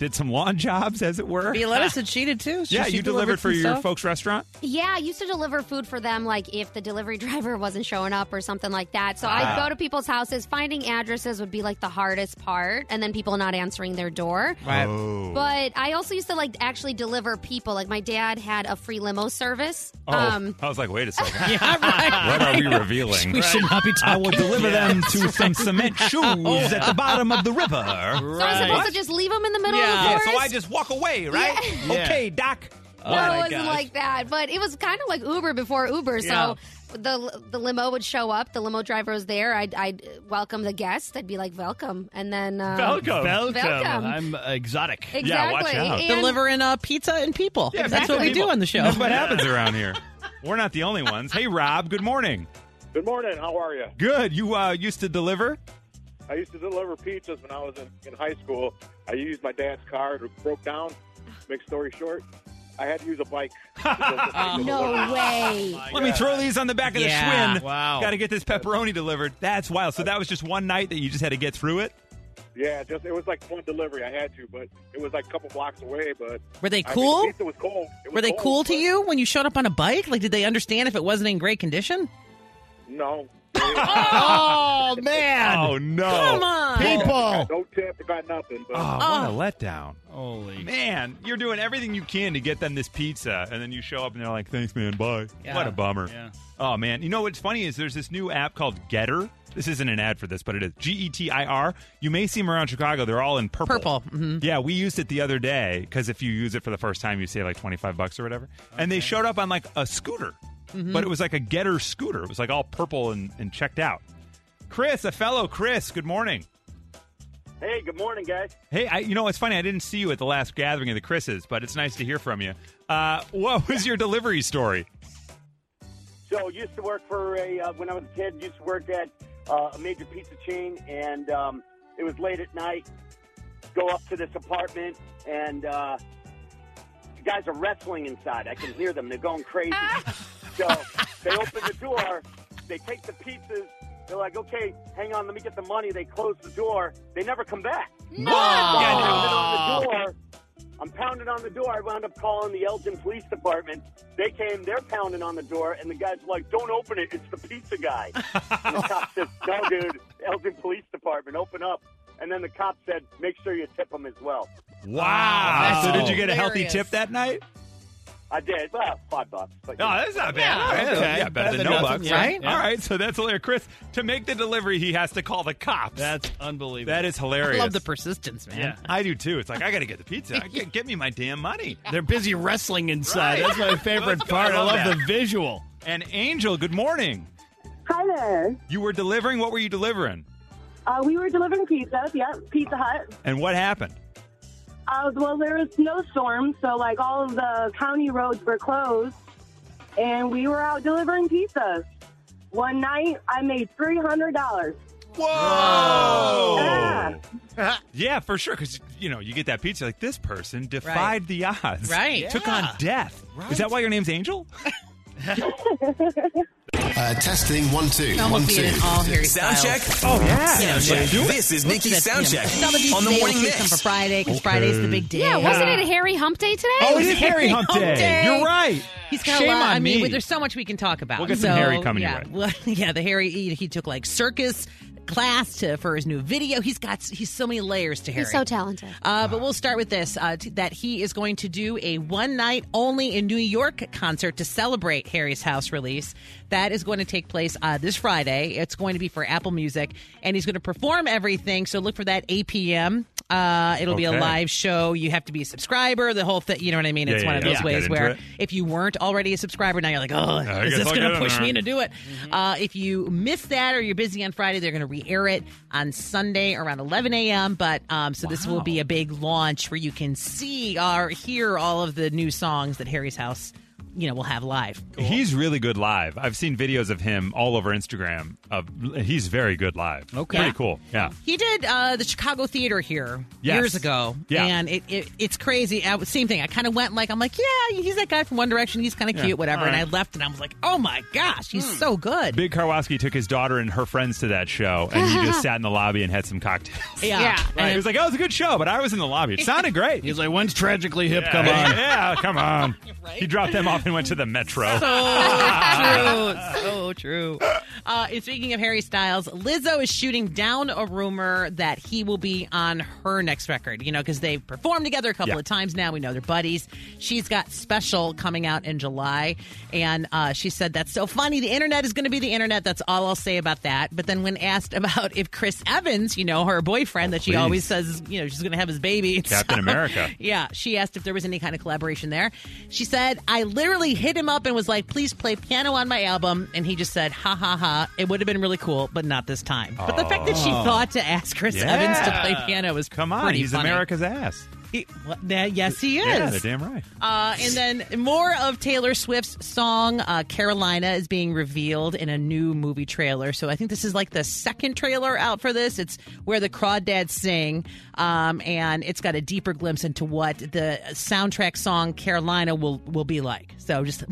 S1: Did some lawn jobs, as it were.
S2: Violetta said she did too. She-
S1: Yeah,
S2: she
S1: you delivered for
S2: some
S1: your
S2: stuff.
S1: folks' restaurant.
S3: Yeah, I used to deliver food for them, like if the delivery driver wasn't showing up or something like that. So I'd
S1: Ah.
S3: go to people's houses. Finding addresses would be like the hardest part, and then people not answering their door.
S2: Right.
S1: Oh,
S3: But I also used to like actually deliver people. Like my dad had a free limo service.
S1: Oh,
S3: um,
S1: I was like, wait a second.
S2: Yeah, right.
S1: What are we revealing?
S2: We should not be
S1: I
S2: talking.
S1: will deliver them to some cement shoes at the bottom of the river.
S3: so I'm supposed to just leave them in the middle
S2: Yeah.
S3: of the
S1: yeah,
S3: forest.
S1: so I just Oh walk away, right?
S4: Yeah.
S1: Okay, Doc.
S3: No, it wasn't like that. But it was kind of like Uber before Uber. So the the limo would show up. The limo driver was there. I'd, I'd welcome the guest. I'd be like, welcome. And then. Um,
S4: Velcro.
S3: Velcro.
S4: I'm exotic.
S1: Yeah, watch
S3: Exactly.
S1: out.
S3: And-
S2: delivering uh, pizza and people.
S1: Yeah,
S2: That's
S1: people-
S2: what we do on the show.
S1: That's what happens around here. We're not the only ones. Hey, Rob. Good morning.
S10: Good morning. How are you?
S1: Good. You uh, used to deliver.
S10: I used to deliver pizzas when I was in, in high school. I used my dad's car. It broke down. Make story short, I had to use a bike.
S3: No way.
S1: Let me throw these on the back of
S2: Yeah.
S1: the Schwinn.
S4: Wow.
S1: Got to get this pepperoni delivered. That's wild. So that was just one night that you just had to get through it.
S10: Yeah, just it was like one delivery. I had to, but it was like a couple blocks away. But
S2: Were they
S10: I mean,
S2: cool?
S10: the pizza was cold. It was
S2: Were they
S10: cold,
S2: cool to
S10: but
S2: you when you showed up on a bike? Like, did they understand if it wasn't in great condition?
S10: No.
S4: Oh man.
S1: Oh no!
S2: Come on.
S4: People.
S10: no tip. Got nothing. But
S1: Oh, what a letdown.
S4: Holy.
S1: Man, you're doing everything you can to get them this pizza, and then you show up and they're like, thanks, man, bye. What a bummer.
S4: Yeah.
S1: Oh, man. You know what's funny is there's this new app called Getter. This isn't an ad for this, but it is G E T I R. You may see them around Chicago. They're all in purple.
S2: Purple, mhm.
S1: Yeah, we used it the other day because if you use it for the first time, you save like 25 bucks or whatever. And they showed up on like a scooter, but it was like a Getter scooter. It was like all purple and, and checked out. Chris, a fellow Chris, good morning.
S10: Hey, good morning, guys.
S1: Hey, I, you know it's funny. I didn't see you at the last gathering of the Chris's, but it's nice to hear from you. Uh, what was your delivery story?
S12: So used to work for a uh, when I was a kid. Used to work at uh, a major pizza chain, and um, it was late at night. Go up to this apartment, and uh, the guys are wrestling inside. I can hear them. They're going crazy. so they open the door. They take the pizzas. They're like, okay, hang on, let me get the money. They close the door. They never come back.
S1: No.
S12: I'm pounding on the door. I'm pounding on the door. I wound up calling the Elgin Police Department. They came. They're pounding on the door, and the guy's like, "Don't open it. It's the pizza guy." and the cop says, "No, dude. Elgin Police Department, open up." And then the cop said, "Make sure you tip him as well."
S1: Wow.
S12: Wow.
S1: So did you get a healthy
S12: Hilarious.
S1: tip that night?
S12: I did. Well, five bucks. But,
S1: No, that's not bad. Yeah,
S4: okay.
S1: yeah, better
S4: Better
S1: than
S4: than
S1: no
S4: nothing,
S1: bucks,
S4: yeah.
S1: right?
S4: Yeah.
S1: All right, so that's hilarious. Chris, to make the delivery, he has to call the cops.
S4: That's unbelievable.
S1: That is hilarious.
S2: I love the persistence, man.
S1: Yeah, I do too. It's like I got to get the pizza. I can't, give me my damn money.
S4: They're busy wrestling inside.
S1: Right.
S4: That's my favorite
S1: Let's go.
S4: part.
S1: I
S4: I
S1: love
S4: love, the
S1: that.
S4: visual.
S1: And Angel, good morning.
S13: Hi there.
S1: You were delivering. What were you delivering?
S13: Uh, we were delivering pizza. Yeah, Pizza Hut.
S1: And what happened?
S13: Uh, well, there was snowstorm, so like all of the county roads were closed, and we were out delivering pizzas. One night, I made three hundred dollars.
S1: Whoa!
S13: Yeah.
S1: Yeah, for sure. Because you know, you get that pizza. Like this person defied the odds.
S2: Right.
S1: Took on death. Is that why your name's Angel?
S14: Uh, testing one two
S2: Almost
S14: one
S2: being
S14: two.
S2: an all Harry
S5: Sound
S2: Styles.
S5: check.
S1: Oh
S2: yeah.
S5: Sound
S2: Yeah,
S5: check.
S2: do it.
S5: This is Nikki's
S2: Let's get,
S5: sound
S2: you know,
S5: check
S2: some of these
S5: on the
S2: days
S5: morning
S2: we'll save some
S5: mix.
S2: for Friday because Friday's the big day.
S3: Yeah, wasn't it a hairy hump day today?
S1: Oh, it is Harry Hump Day. You're right.
S2: He's got
S1: Shame
S2: a lot.
S1: on
S2: I mean,
S1: me.
S2: there's so much we can talk about.
S1: We'll get some
S2: So,
S1: Harry coming your
S2: yeah.
S1: way.
S2: Well, yeah, the Harry he, he took like circus class to for his new video. He's got s- he's so many layers to Harry.
S3: He's so talented.
S2: Uh, but we'll start with this uh, t- that he is going to do a one night only in New York concert to celebrate Harry's House release. That is going to take place uh, this Friday. It's going to be for Apple Music, and he's going to perform everything. So look for that 8 p.m. Uh, it'll be a
S15: Okay.
S2: live show. You have to be a subscriber. The whole thing, you know what I mean?
S15: Yeah,
S2: it's
S15: yeah,
S2: one of
S15: yeah.
S2: those
S15: Get
S2: ways
S15: into
S2: where
S15: it.
S2: if you weren't already a subscriber, now you're like, oh,
S15: I
S2: is
S15: guess
S2: this
S15: I'll
S2: going
S15: get
S2: to
S15: in
S2: push me
S15: there."
S2: into do it.
S1: Mm-hmm.
S2: Uh, if you miss that or you're busy on Friday, they're going to re-air it on Sunday around 11 a.m. But um, so this will be a big launch where you can see or hear all of the new songs that Harry's House, you know, will have live.
S1: He's really good live. I've seen videos of him all over Instagram. Of he's very good live. Okay, pretty cool. Yeah.
S2: He did uh, the Chicago Theater here
S1: Yes.
S2: years ago,
S1: Yeah.
S2: and it, it it's crazy. I, same thing. I kind of went like, I'm like, yeah, he's that guy from One Direction. He's kind of
S1: Yeah.
S2: cute, whatever.
S1: All
S2: And I
S1: right. Hmm.
S2: left, and I was like, oh my gosh, he's so good.
S1: Big Karwowski took his daughter and her friends to that show, and he just sat in the lobby and had some cocktails.
S2: Yeah. Yeah.
S1: Right. He was like, "Oh, it was a good show," but I was in the lobby. It sounded great. He's
S4: like, "When's Tragically Hip come on?"
S1: yeah, come on. He dropped them off and went to the metro.
S2: So true. So true. Uh, and speaking of Harry Styles, Lizzo is shooting down a rumor that he will be on her next record, you know, because they've performed together a couple
S15: Yeah.
S2: of times now. We know they're buddies. She's got Special coming out in July. And uh, she said, That's so funny. The internet is going to be the internet. That's all I'll say about that. But then when asked about if Chris Evans, you know, her boyfriend that she
S15: please.
S2: always says, you know, she's going to have his baby.
S15: Captain America.
S2: Yeah, she asked if there was any kind of collaboration there. She said, I literally hit him up and was like, please play piano on my album. And he just said, ha ha ha. It would have been really cool, but not this time. But the fact that she
S1: Oh.
S2: thought to ask Chris Evans to play
S1: Yeah.
S2: piano was
S1: Come on,
S2: pretty
S1: he's
S2: funny.
S1: America's ass.
S2: He- what- yeah, yes, he is.
S1: Yeah, they're damn right.
S2: Uh, and then more of Taylor Swift's song uh, "Carolina" is being revealed in a new movie trailer. So I think this is like the second trailer out for this. It's where the Crawdads sing, um, and it's got a deeper glimpse into what the soundtrack song "Carolina" will will be like. So just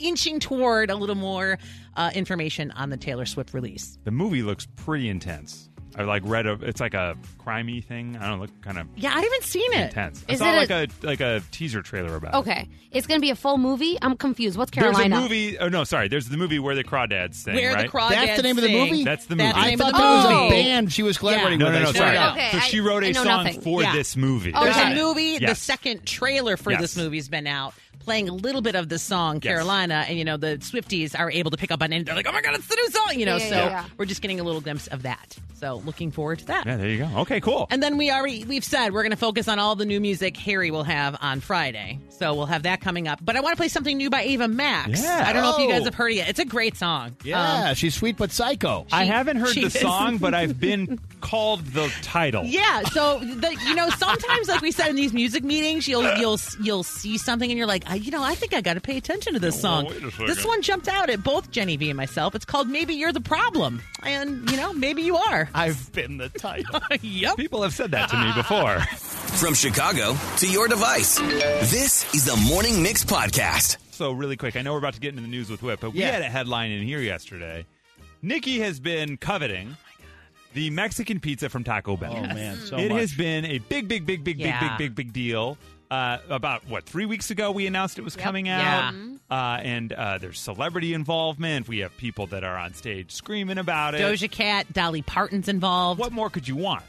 S2: inching toward a little more uh, information on the Taylor Swift release.
S1: The movie looks pretty intense. I like read a. It's like a crimey thing. I don't know, look kind of
S2: Yeah, I haven't seen it.
S1: intense.
S3: Is
S1: I saw
S3: it
S1: like a, like a teaser trailer about. it.
S3: Okay, it's going to be a full movie. I'm confused. What's Carolina?
S1: There's a movie. Oh no, sorry. There's the movie where the crawdads sing.
S3: Where the
S1: right?
S3: Crawdads That's the name of the sing. movie?
S1: That's the movie.
S3: That's the
S4: I
S3: name of
S4: thought
S3: the
S4: that was
S3: movie.
S4: a band she was collaborating
S1: No,
S4: with.
S1: no,
S4: I
S1: no.
S4: swear.
S1: Sorry.
S3: Okay,
S1: so
S3: I-
S1: she wrote a
S3: I know
S1: song
S3: nothing.
S1: for
S2: Yeah.
S1: this movie.
S2: Oh,
S1: Got
S2: the
S1: it.
S2: movie,
S1: Yes.
S2: the second trailer for
S1: Yes.
S2: this movie has been out. playing a little bit of this song, Carolina, and you know the Swifties are able to pick up on it. They're like, oh my god, it's the new song, you know.
S1: Yeah, yeah,
S2: so
S1: yeah.
S2: we're just getting a little glimpse of that. So looking forward to that.
S1: Yeah, there you go. Okay, cool.
S2: And then we already we've said we're going to focus on all the new music Harry will have on Friday. So we'll have that coming up. But I want to play something new by Ava Max.
S1: Yeah.
S2: I don't know if you
S1: Oh.
S2: guys have heard it yet. It's a great song. Um,
S4: Yeah, she's sweet but psycho.
S1: I haven't heard
S2: she
S1: the
S2: is.
S1: song, but I've been called the title.
S2: Yeah, so the, you know sometimes, like we said in these music meetings, you'll you'll you'll see something and you're like, I, you know, I think I got to pay attention to this song.
S1: wait a second.
S2: this one jumped out at both Jenny V and myself. It's called "Maybe You're the Problem," and you know, maybe you are.
S4: I've been the title.
S2: yep.
S1: People have said that to me before.
S5: From Chicago to your device, this is the Morning Mix Podcast.
S1: So really quick, I know we're about to get into the news with Whip, but we
S5: Yeah.
S1: had a headline in here yesterday. Nikki has been coveting the Mexican pizza from Taco Bell.
S4: Oh, Yes. man, so
S1: it
S4: much.
S1: has been a big, big, big, big,
S4: Yeah.
S1: big, big, big, big deal. Uh, about what three weeks ago we announced it was coming
S4: Yeah. Mm-hmm.
S1: out, uh, and uh, there's celebrity involvement. We have people that are on stage screaming about it.
S2: Doja Cat, Dolly Parton's involved.
S1: What more could you want?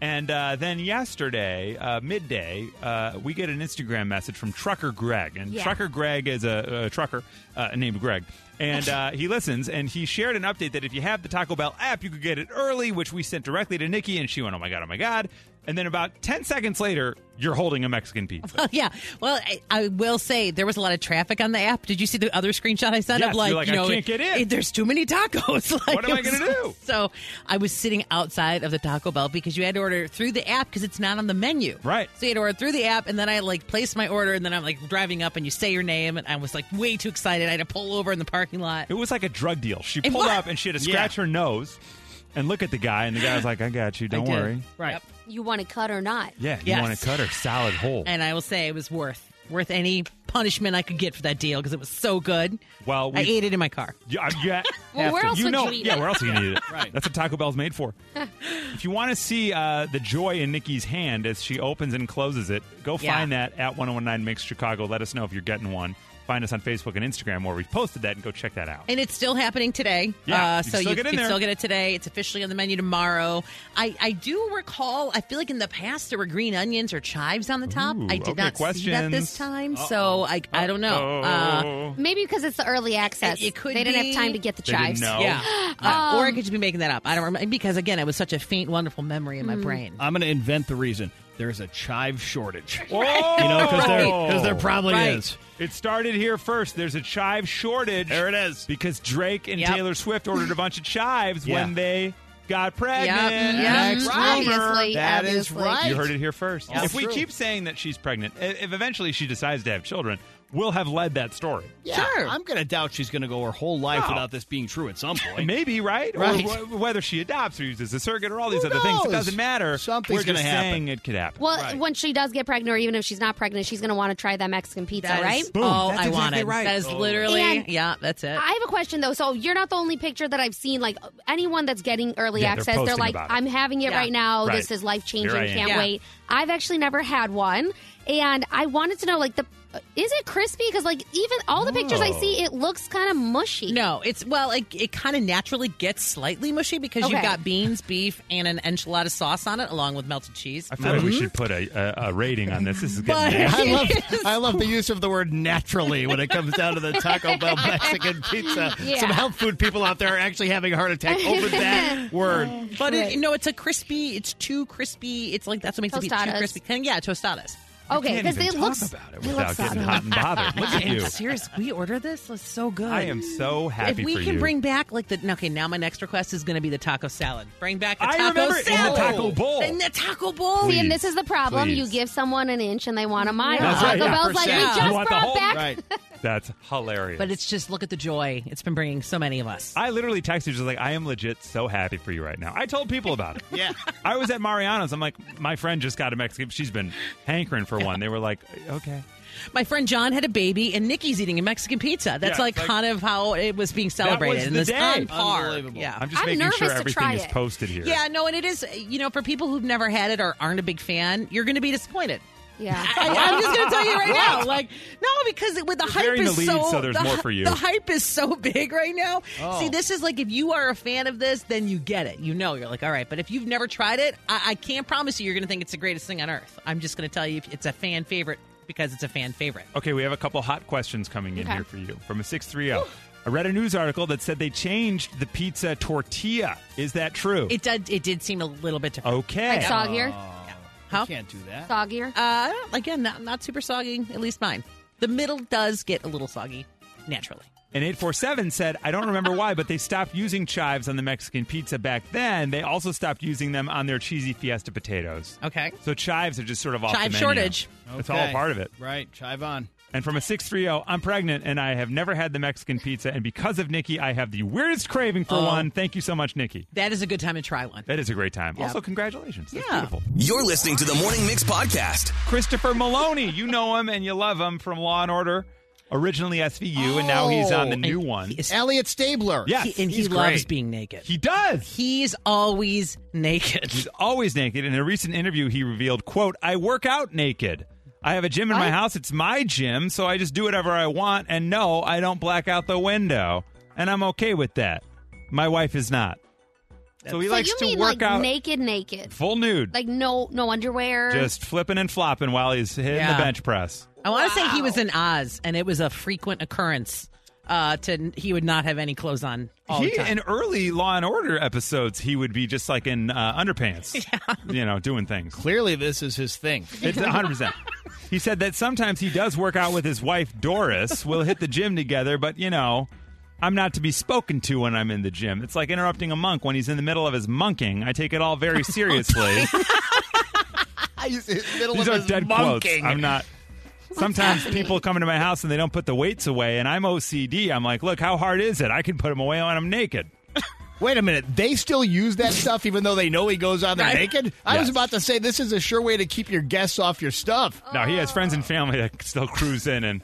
S1: And uh, then yesterday, uh, midday, uh, we get an Instagram message from Trucker Greg. And
S15: Yeah.
S1: Trucker Greg is a, a trucker uh, named Greg. And uh, he listens, and he shared an update that if you have the Taco Bell app, you could get it early, which we sent directly to Nikki, and she went, oh my God, oh my God. And then about 10 seconds later, you're holding a Mexican pizza.
S2: Oh, yeah. Well, I, I will say there was a lot of traffic on the app. Did you see the other screenshot I sent
S1: Yes,
S2: of
S1: you're
S2: like,
S1: like,
S2: you
S1: "I
S2: know,
S1: can't get in."
S2: eh, there's too many tacos. Like,
S1: What am I
S2: it was-
S1: gonna do?
S2: So I was sitting outside of the Taco Bell because you had to order through the app because it's not on the menu.
S1: Right.
S2: So you had to order through the app, and then I like placed my order, and then I'm like driving up, and you say your name, and I was like way too excited. I had to pull over in the parking lot.
S1: It was like a drug deal. She
S2: It
S1: pulled
S2: was.
S1: up, and she had to scratch her nose and look at the guy, and the guy was like, I got you, don't
S2: did.
S1: worry.
S2: Right.
S3: You want to cut or not?
S1: Yeah, you
S2: Yes.
S1: want to cut her solid whole.
S2: And I will say it was worth worth any punishment I could get for that deal because it was so good.
S1: Well,
S2: I
S1: we-
S2: ate it in my car.
S1: Yeah, yeah.
S2: Well, where else
S1: you
S2: would
S1: know,
S2: you eat
S1: yeah,
S2: it?
S1: where else are you gonna eat it?
S2: Right.
S1: That's what Taco Bell's made for. if you want to see uh, the joy in Nikki's hand as she opens and closes it, go
S2: Yeah.
S1: find that at 1019 Mix Chicago. Let us know if you're getting one. Find us on Facebook and Instagram where we posted that and go check that out.
S2: And it's still happening today.
S1: Yeah,
S2: uh,
S1: you can
S2: so
S1: still
S2: you
S1: get in
S2: can
S1: there.
S2: still get it today. It's officially on the menu tomorrow. I, I do recall, I feel like in the past there were green onions or chives on the top.
S1: Ooh,
S2: I did
S1: okay,
S2: not see that
S1: questions.
S2: this time, so I, I don't know.
S4: Oh.
S2: Uh,
S3: Maybe because it's the early access.
S2: It, it could
S3: they didn't
S2: be-
S3: have time to get the chives.
S2: Yeah.
S3: Um,
S2: Uh, or I could just be making that up. I don't remember. Because, again, it was such a faint, wonderful memory in my
S3: Mm.
S2: brain.
S4: I'm going to invent the reason. There's a chive shortage.
S1: Whoa!
S4: You know, because there, 'cause there probably
S1: Right.
S4: is.
S1: It started here first. There's a chive shortage. There it is. Because Drake and
S4: Yep.
S1: Taylor Swift ordered a bunch of chives
S4: Yeah.
S1: when they got pregnant.
S4: Yep. Yep.
S3: Mm-hmm.
S1: Next
S4: Obviously,
S1: rumor.
S4: That is obviously. right.
S1: You heard it here first.
S4: That's
S1: if we
S4: true.
S1: keep saying that she's pregnant, i- if eventually she decides to have children, we'll have led that story.
S4: Yeah, I'm going to doubt she's going to go her whole life
S1: No.
S4: without this being true at some point.
S1: Maybe, right? Or
S4: Right.
S1: wh- whether she adopts or uses a surrogate or all these
S4: Who
S1: other things, it
S4: knows?
S1: doesn't matter.
S4: Something's
S1: We're
S4: gonna
S1: just
S4: happen.
S1: saying it could happen.
S3: Well, when she does get pregnant, or even if she's not pregnant, she's going to want to try that Mexican pizza,
S2: That is-
S3: right?
S2: Boom. all That's I exactly wanted. right. That is
S1: Oh.
S2: literally-
S3: And
S2: yeah, that's it.
S3: I have a question though. So you're not the only picture that I've seen. Like anyone that's getting early
S2: Yeah, they're
S3: access, they're,
S2: posting
S3: like,
S2: about it.
S3: "I'm having it
S2: Yeah.
S3: right now.
S2: Right.
S3: This is life changing.
S2: Here I am.
S3: Can't
S2: Yeah.
S3: wait." I've actually never had one, and I wanted to know, like, the uh, is it crispy? Because like even all the pictures I
S2: No.
S3: see, it looks kind of mushy.
S2: No, it's well, it, it kind of naturally gets slightly mushy because you've
S3: Okay.
S2: got beans, beef, and an enchilada sauce on it, along with melted cheese.
S1: I feel like we should put a, a, a rating on this. This is
S2: But-
S1: getting
S4: I
S1: nasty.
S4: love, I love the use of the word naturally when it comes down to the Taco Bell Mexican pizza.
S2: Yeah.
S4: Some health food people out there are actually having a heart attack over that word.
S2: But it, no, it's a crispy. It's too crispy. It's like that's what makes it be too
S3: Tostadas.
S2: crispy. Can- Yeah, tostadas.
S3: Okay, because it looks
S1: without getting hot and bothered. Look at you.
S2: Serious, we order this. It's so good.
S1: I am so happy
S2: If we
S1: for
S2: can
S1: you.
S2: bring back like the okay, now my next request is going to be the taco salad. Bring back the
S1: I
S2: taco
S1: remember in the
S2: salad.
S1: taco bowl.
S2: In the taco bowl.
S3: See, and this is the problem.
S1: Please.
S3: You give someone an inch and they want a mile.
S1: That's right,
S3: Taco
S1: yeah.
S3: Bell's like, we
S1: Percent.
S3: just
S1: You want the
S3: brought
S1: whole-
S3: back.
S1: Right. That's hilarious.
S2: But it's just look at the joy it's been bringing so many of us.
S1: I literally texted you just like, I am legit so happy for you right now. I told people about it.
S4: yeah.
S1: I was at Mariano's. I'm like, my friend just got a Mexican. She's been hankering for one. They were like, okay.
S2: My friend John had a baby, and Nikki's eating a Mexican pizza. That's
S1: Yeah,
S2: like,
S1: like-
S2: kind of how it was being celebrated.
S1: that
S2: and
S1: was
S2: it's
S1: the day.
S2: on par. Yeah,
S1: I'm just
S2: I'm
S1: making sure
S2: nervous to
S1: everything
S2: try
S1: is
S2: it.
S1: posted here.
S2: Yeah, no, and it is, you know, for people who've never had it or aren't a big fan, you're going to be disappointed.
S3: Yeah.
S2: I, I'm just going to tell you right now.
S1: What?
S2: Like, no, because it, with the
S1: You're
S2: hype
S1: burying
S2: is
S1: the lead,
S2: so,
S1: so there's
S2: the,
S1: more
S2: hy-
S1: for you.
S2: The hype is so big right now.
S1: Oh.
S2: See, this is like if you are a fan of this, then you get it. You know, you're like, all right. But if you've never tried it, I, I can't promise you you're going to think it's the greatest thing on earth. I'm just going to tell you it's a fan favorite because it's a fan favorite.
S1: Okay, we have a couple hot questions coming in
S2: Okay.
S1: here for you from a 630. I read a news article that said they changed the pizza tortilla. Is that true?
S2: It did. It did seem a little bit different.
S1: Okay. Like soggier?
S2: How?
S4: can't do that.
S3: Soggier?
S2: Uh, again, not, not super soggy. At least mine. The middle does get a little soggy, naturally.
S1: And 847 said, I don't remember why, but they stopped using chives on the Mexican pizza back then. They also stopped using them on their cheesy fiesta potatoes.
S2: Okay.
S1: So chives are just sort of off the
S2: Chive
S1: menu.
S2: shortage.
S1: It's all
S4: Okay.
S1: part of it.
S4: Right, chive on.
S1: And from a 630, I'm pregnant and I have never had the Mexican pizza. And because of Nikki, I have the weirdest craving for
S2: Oh.
S1: one. Thank you so much, Nikki.
S2: That is a good time to try one.
S1: That is a great time.
S2: Yeah.
S1: Also, congratulations. That's
S2: Yeah.
S1: beautiful.
S5: You're listening to the Morning Mix podcast.
S1: Christopher Maloney. You know him and you love him from Law and Order, originally SVU, and now he's on the
S4: Oh.
S1: new one.
S4: Elliot Stabler.
S1: Yes,
S2: He- and he
S1: he's
S2: loves
S1: great.
S2: being naked.
S1: He does.
S2: He's always naked.
S1: He's always naked. In a recent interview, he revealed, "quote I work out naked. I have a gym in my house. It's my gym, so I just do whatever I want. And no, I don't black out the window, and I'm okay with that. My wife is not. So he
S3: so
S1: likes
S3: you
S1: to
S3: mean
S1: work
S3: like
S1: out
S3: naked, naked,
S1: full nude,
S3: like er. no, no underwear.
S1: just flipping and flopping while he's hitting
S2: Yeah.
S1: the bench press.
S2: I want to say he was in Oz, and it was a frequent occurrence. Uh, to he would not have any clothes on all
S1: he
S2: the time.
S1: in early Law and Order episodes, he would be just like in uh, underpants, you know, doing things.
S4: Clearly, this is his thing.
S1: It's 100. percent He said that sometimes he does work out with his wife Doris. We'll hit the gym together, but you know, I'm not to be spoken to when I'm in the gym. It's like interrupting a monk when he's in the middle of his monking. I take it all very seriously.
S4: He's in the middle
S1: These
S4: of
S1: are
S4: his
S1: dead
S4: monking.
S1: quotes. I'm not. Sometimes people come into my house and they don't put the weights away, and I'm OCD. I'm like, look, how hard is it? I can put them away when I'm naked.
S4: Wait a minute. They still use that stuff even though they know he goes on there
S1: Right.
S4: naked? I was
S1: Yes.
S4: about to say this is a sure way to keep your guests off your stuff.
S1: No, he has friends and family that still cruise in and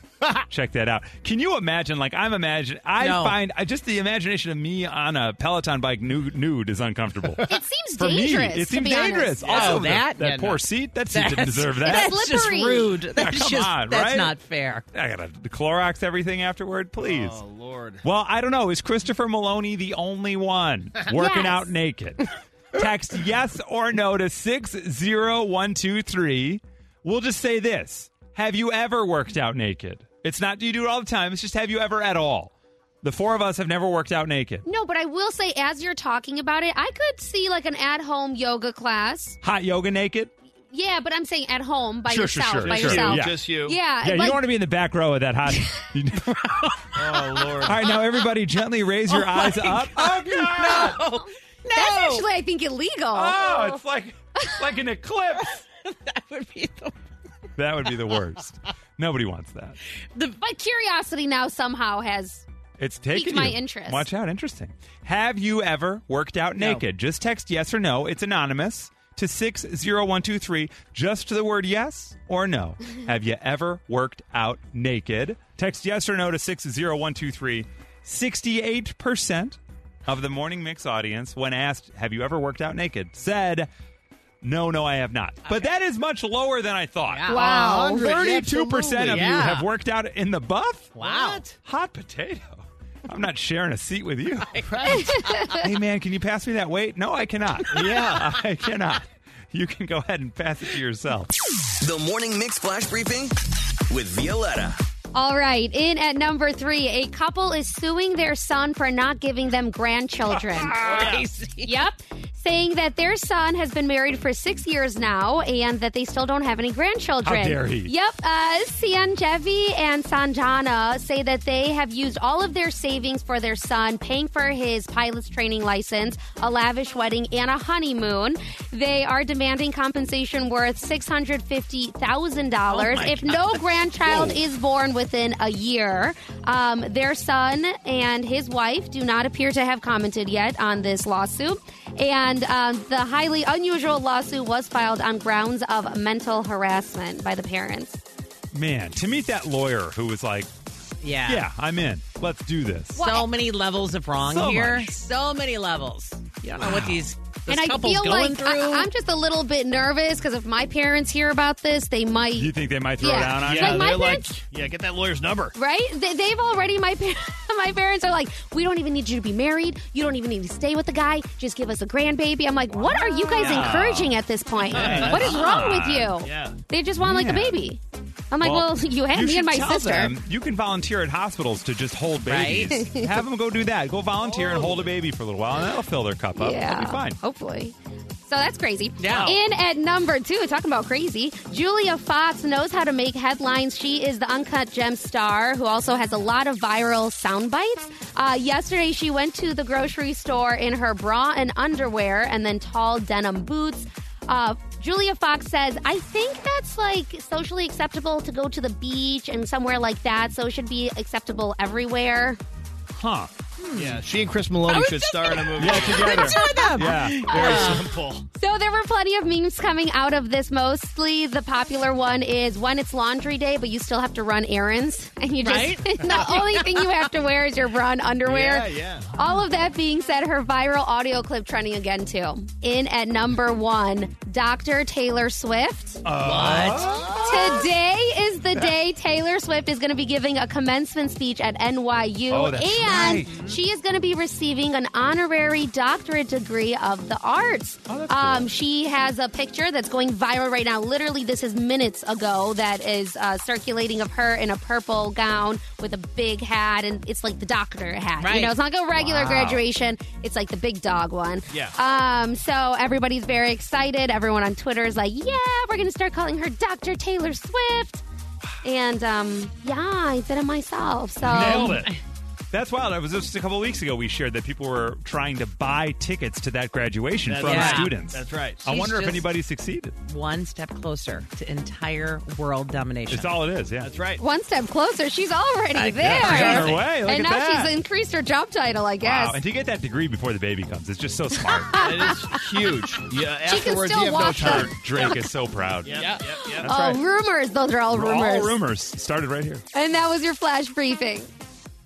S1: check that out. Can you imagine? Like I'm imagine, I
S2: No.
S1: find I just the imagination of me on a Peloton bike nude, nude is uncomfortable.
S3: It seems
S1: Uh, For
S3: dangerous.
S1: me, it seems
S3: to be
S1: dangerous.
S3: Honest.
S1: Also,
S2: Oh, that-
S1: that, that
S2: yeah,
S1: poor
S2: no.
S1: seat, that seat didn't
S2: That's-
S1: deserve that.
S2: That's just
S3: slippery.
S2: rude.
S1: Yeah,
S2: That's
S1: come
S2: just
S1: on,
S2: that's
S1: right?
S2: not fair.
S1: I gotta Clorox everything afterward, please.
S4: Oh, Lord.
S1: Well, I don't know. Is Christopher Maloney the only one working
S3: Yes.
S1: out naked? Text yes or no to 60123. We'll just say this Have you ever worked out naked? It's not do you do it all the time, it's just have you ever at all? The four of us have never worked out naked.
S3: No, but I will say, as you're talking about it, I could see like an at-home yoga class.
S1: Hot yoga naked?
S3: Yeah, but I'm saying at home by
S1: Sure, sure,
S3: yourself,
S1: sure,
S3: by
S1: sure.
S3: yourself.
S1: Yeah.
S4: Just you.
S3: Yeah,
S1: Yeah, you
S3: like-
S1: don't want to be in the back row of that hot.
S4: Oh, Lord.
S1: all right, now everybody gently raise your eyes up. Oh, God.
S2: Oh,
S3: That's actually, I think, illegal.
S1: Oh, it's like, it's like an eclipse.
S2: that would be the,
S1: That would be the worst. Nobody wants that.
S2: the
S3: But curiosity now somehow has.
S1: It's taking
S3: my
S1: you.
S3: interest.
S1: Watch out, interesting. Have you ever worked out naked? Just text yes or no. It's anonymous to six zero one two three. Just the word yes or no. Have you ever worked out naked? Text yes or no to six zero one two three. Sixty-eight percent of the morning mix audience, when asked, "Have you ever worked out naked?" said. No, no, I have not. But that is much lower than I thought.
S2: Yeah.
S3: Wow.
S4: 100,
S1: Thirty-two percent of you
S2: absolutely. Yeah.
S1: have worked out in the buff.
S2: Wow.
S1: Hot potato. I'm not sharing a seat with you. hey, man, can you pass me that weight? No, I cannot. Yeah. I cannot. You can go ahead and pass it to yourself.
S5: The Morning Mix Flash Briefing with Violetta.
S3: All right, in at number three, a couple is suing their son for not giving them grandchildren.
S1: Oh,
S2: crazy.
S3: yep. Saying that their son has been married for six years now and that they still don't have any grandchildren.
S1: How dare he.
S3: Yep. Uh, Sian Jevi and Sanjana say that they have used all of their savings for their son, paying for his pilot's training license, a lavish wedding, and a honeymoon. They are demanding compensation worth $650,000
S2: Oh my
S3: if no grandchild is born within a year. Um, their son and his wife do not appear to have commented yet on this lawsuit. And um, the highly unusual lawsuit was filed on grounds of mental harassment by the parents.
S1: Man, to meet that lawyer who was like,
S2: Yeah.
S1: yeah, I'm in. Let's do this.
S2: So many levels of wrong
S1: So
S2: here.
S1: much.
S2: So many levels. You don't know what these this
S3: and I
S2: couple's
S3: feel
S2: going
S3: like
S2: through.
S3: I, am just a little bit nervous because if my parents hear about this, they might.
S1: You think they might throw
S3: Yeah.
S1: down on
S4: Yeah,
S3: Like,
S1: you?
S3: my
S4: they're like,
S3: parents-
S4: yeah, get that lawyer's number.
S3: Right? They, they've already, my, par- my parents are like, we don't even need you to be married. You don't even need to stay with the guy. Just give us a grandbaby. I'm like, what are you guys encouraging at this point? what is wrong with you?
S4: Yeah.
S3: They just want like a
S1: Yeah.
S3: baby. I'm like, well, you had me
S1: should
S3: and my
S1: tell
S3: sister.
S1: them you can volunteer at hospitals to just hold
S3: Right.
S1: babies. Have them go do that. Go volunteer and hold a baby for a little while, and that'll fill their cup up.
S3: Yeah.
S1: They'll be fine.
S3: Hopefully. So that's crazy.
S1: Yeah.
S3: In at number two, talking about crazy, Julia Fox knows how to make headlines. She is the Uncut Gem star who also has a lot of viral sound bites. Uh, yesterday, she went to the grocery store in her bra and underwear and then tall denim boots. Uh, Julia Fox says, I think that's like socially acceptable to go to the beach and somewhere like that, so it should be acceptable everywhere.
S1: Huh.
S4: Yeah, she and Chris Maloney should star in a movie.
S1: Yeah, together.
S3: two of them.
S4: Yeah, very
S3: Yeah.
S4: simple.
S3: So there were plenty of memes coming out of this. Mostly the popular one is when it's laundry day, but you still have to run errands, and you just
S15: Right?
S3: the only thing you have to wear is your bra and underwear.
S15: Yeah, yeah.
S3: All of that being said, her viral audio clip trending again too. In at number one, Dr. Taylor Swift.
S15: What?
S3: Today is the day Taylor Swift is going to be giving a commencement speech at NYU,
S15: Oh, that's
S3: and
S15: right.
S3: she is going to be receiving an honorary doctorate degree of the arts.
S15: Oh,
S3: um, she has a picture that's going viral right now. Literally, this is minutes ago that is uh, circulating of her in a purple gown with a big hat, and it's like the doctor hat. You
S15: Right.
S3: know, it's not like a regular
S15: Wow.
S3: graduation; it's like the big dog one.
S15: Yeah.
S3: Um, so everybody's very excited. Everyone on Twitter is like, yeah, we're going to start calling her Dr. Taylor Swift. And um, yeah, I did it myself. So
S1: Nailed it. That's wild. That was just a couple of weeks ago we shared that people were trying to buy tickets to that graduation
S2: That's
S1: from
S2: right.
S1: students.
S2: That's right.
S1: I
S2: She's
S1: wonder if
S2: just-
S1: anybody succeeded.
S2: One step closer to entire world domination.
S1: It's all it is, yeah. That's right.
S3: One step closer. She's already
S1: I know.
S3: there.
S1: She's on her way. Look
S3: and
S1: at
S3: now
S1: that.
S3: she's increased her job title, I guess.
S1: Wow. And to get that degree before the baby comes, it's just so smart.
S4: it is huge. Yeah,
S3: She can
S4: afterwards
S3: still
S4: you have no
S3: walk
S4: time.
S3: the-
S1: Drake is so proud.
S4: Yeah, yeah, yeah.
S1: That's
S3: oh,
S1: right.
S3: rumors. Those are all rumors.
S1: All rumors started right here.
S3: And that was your flash briefing.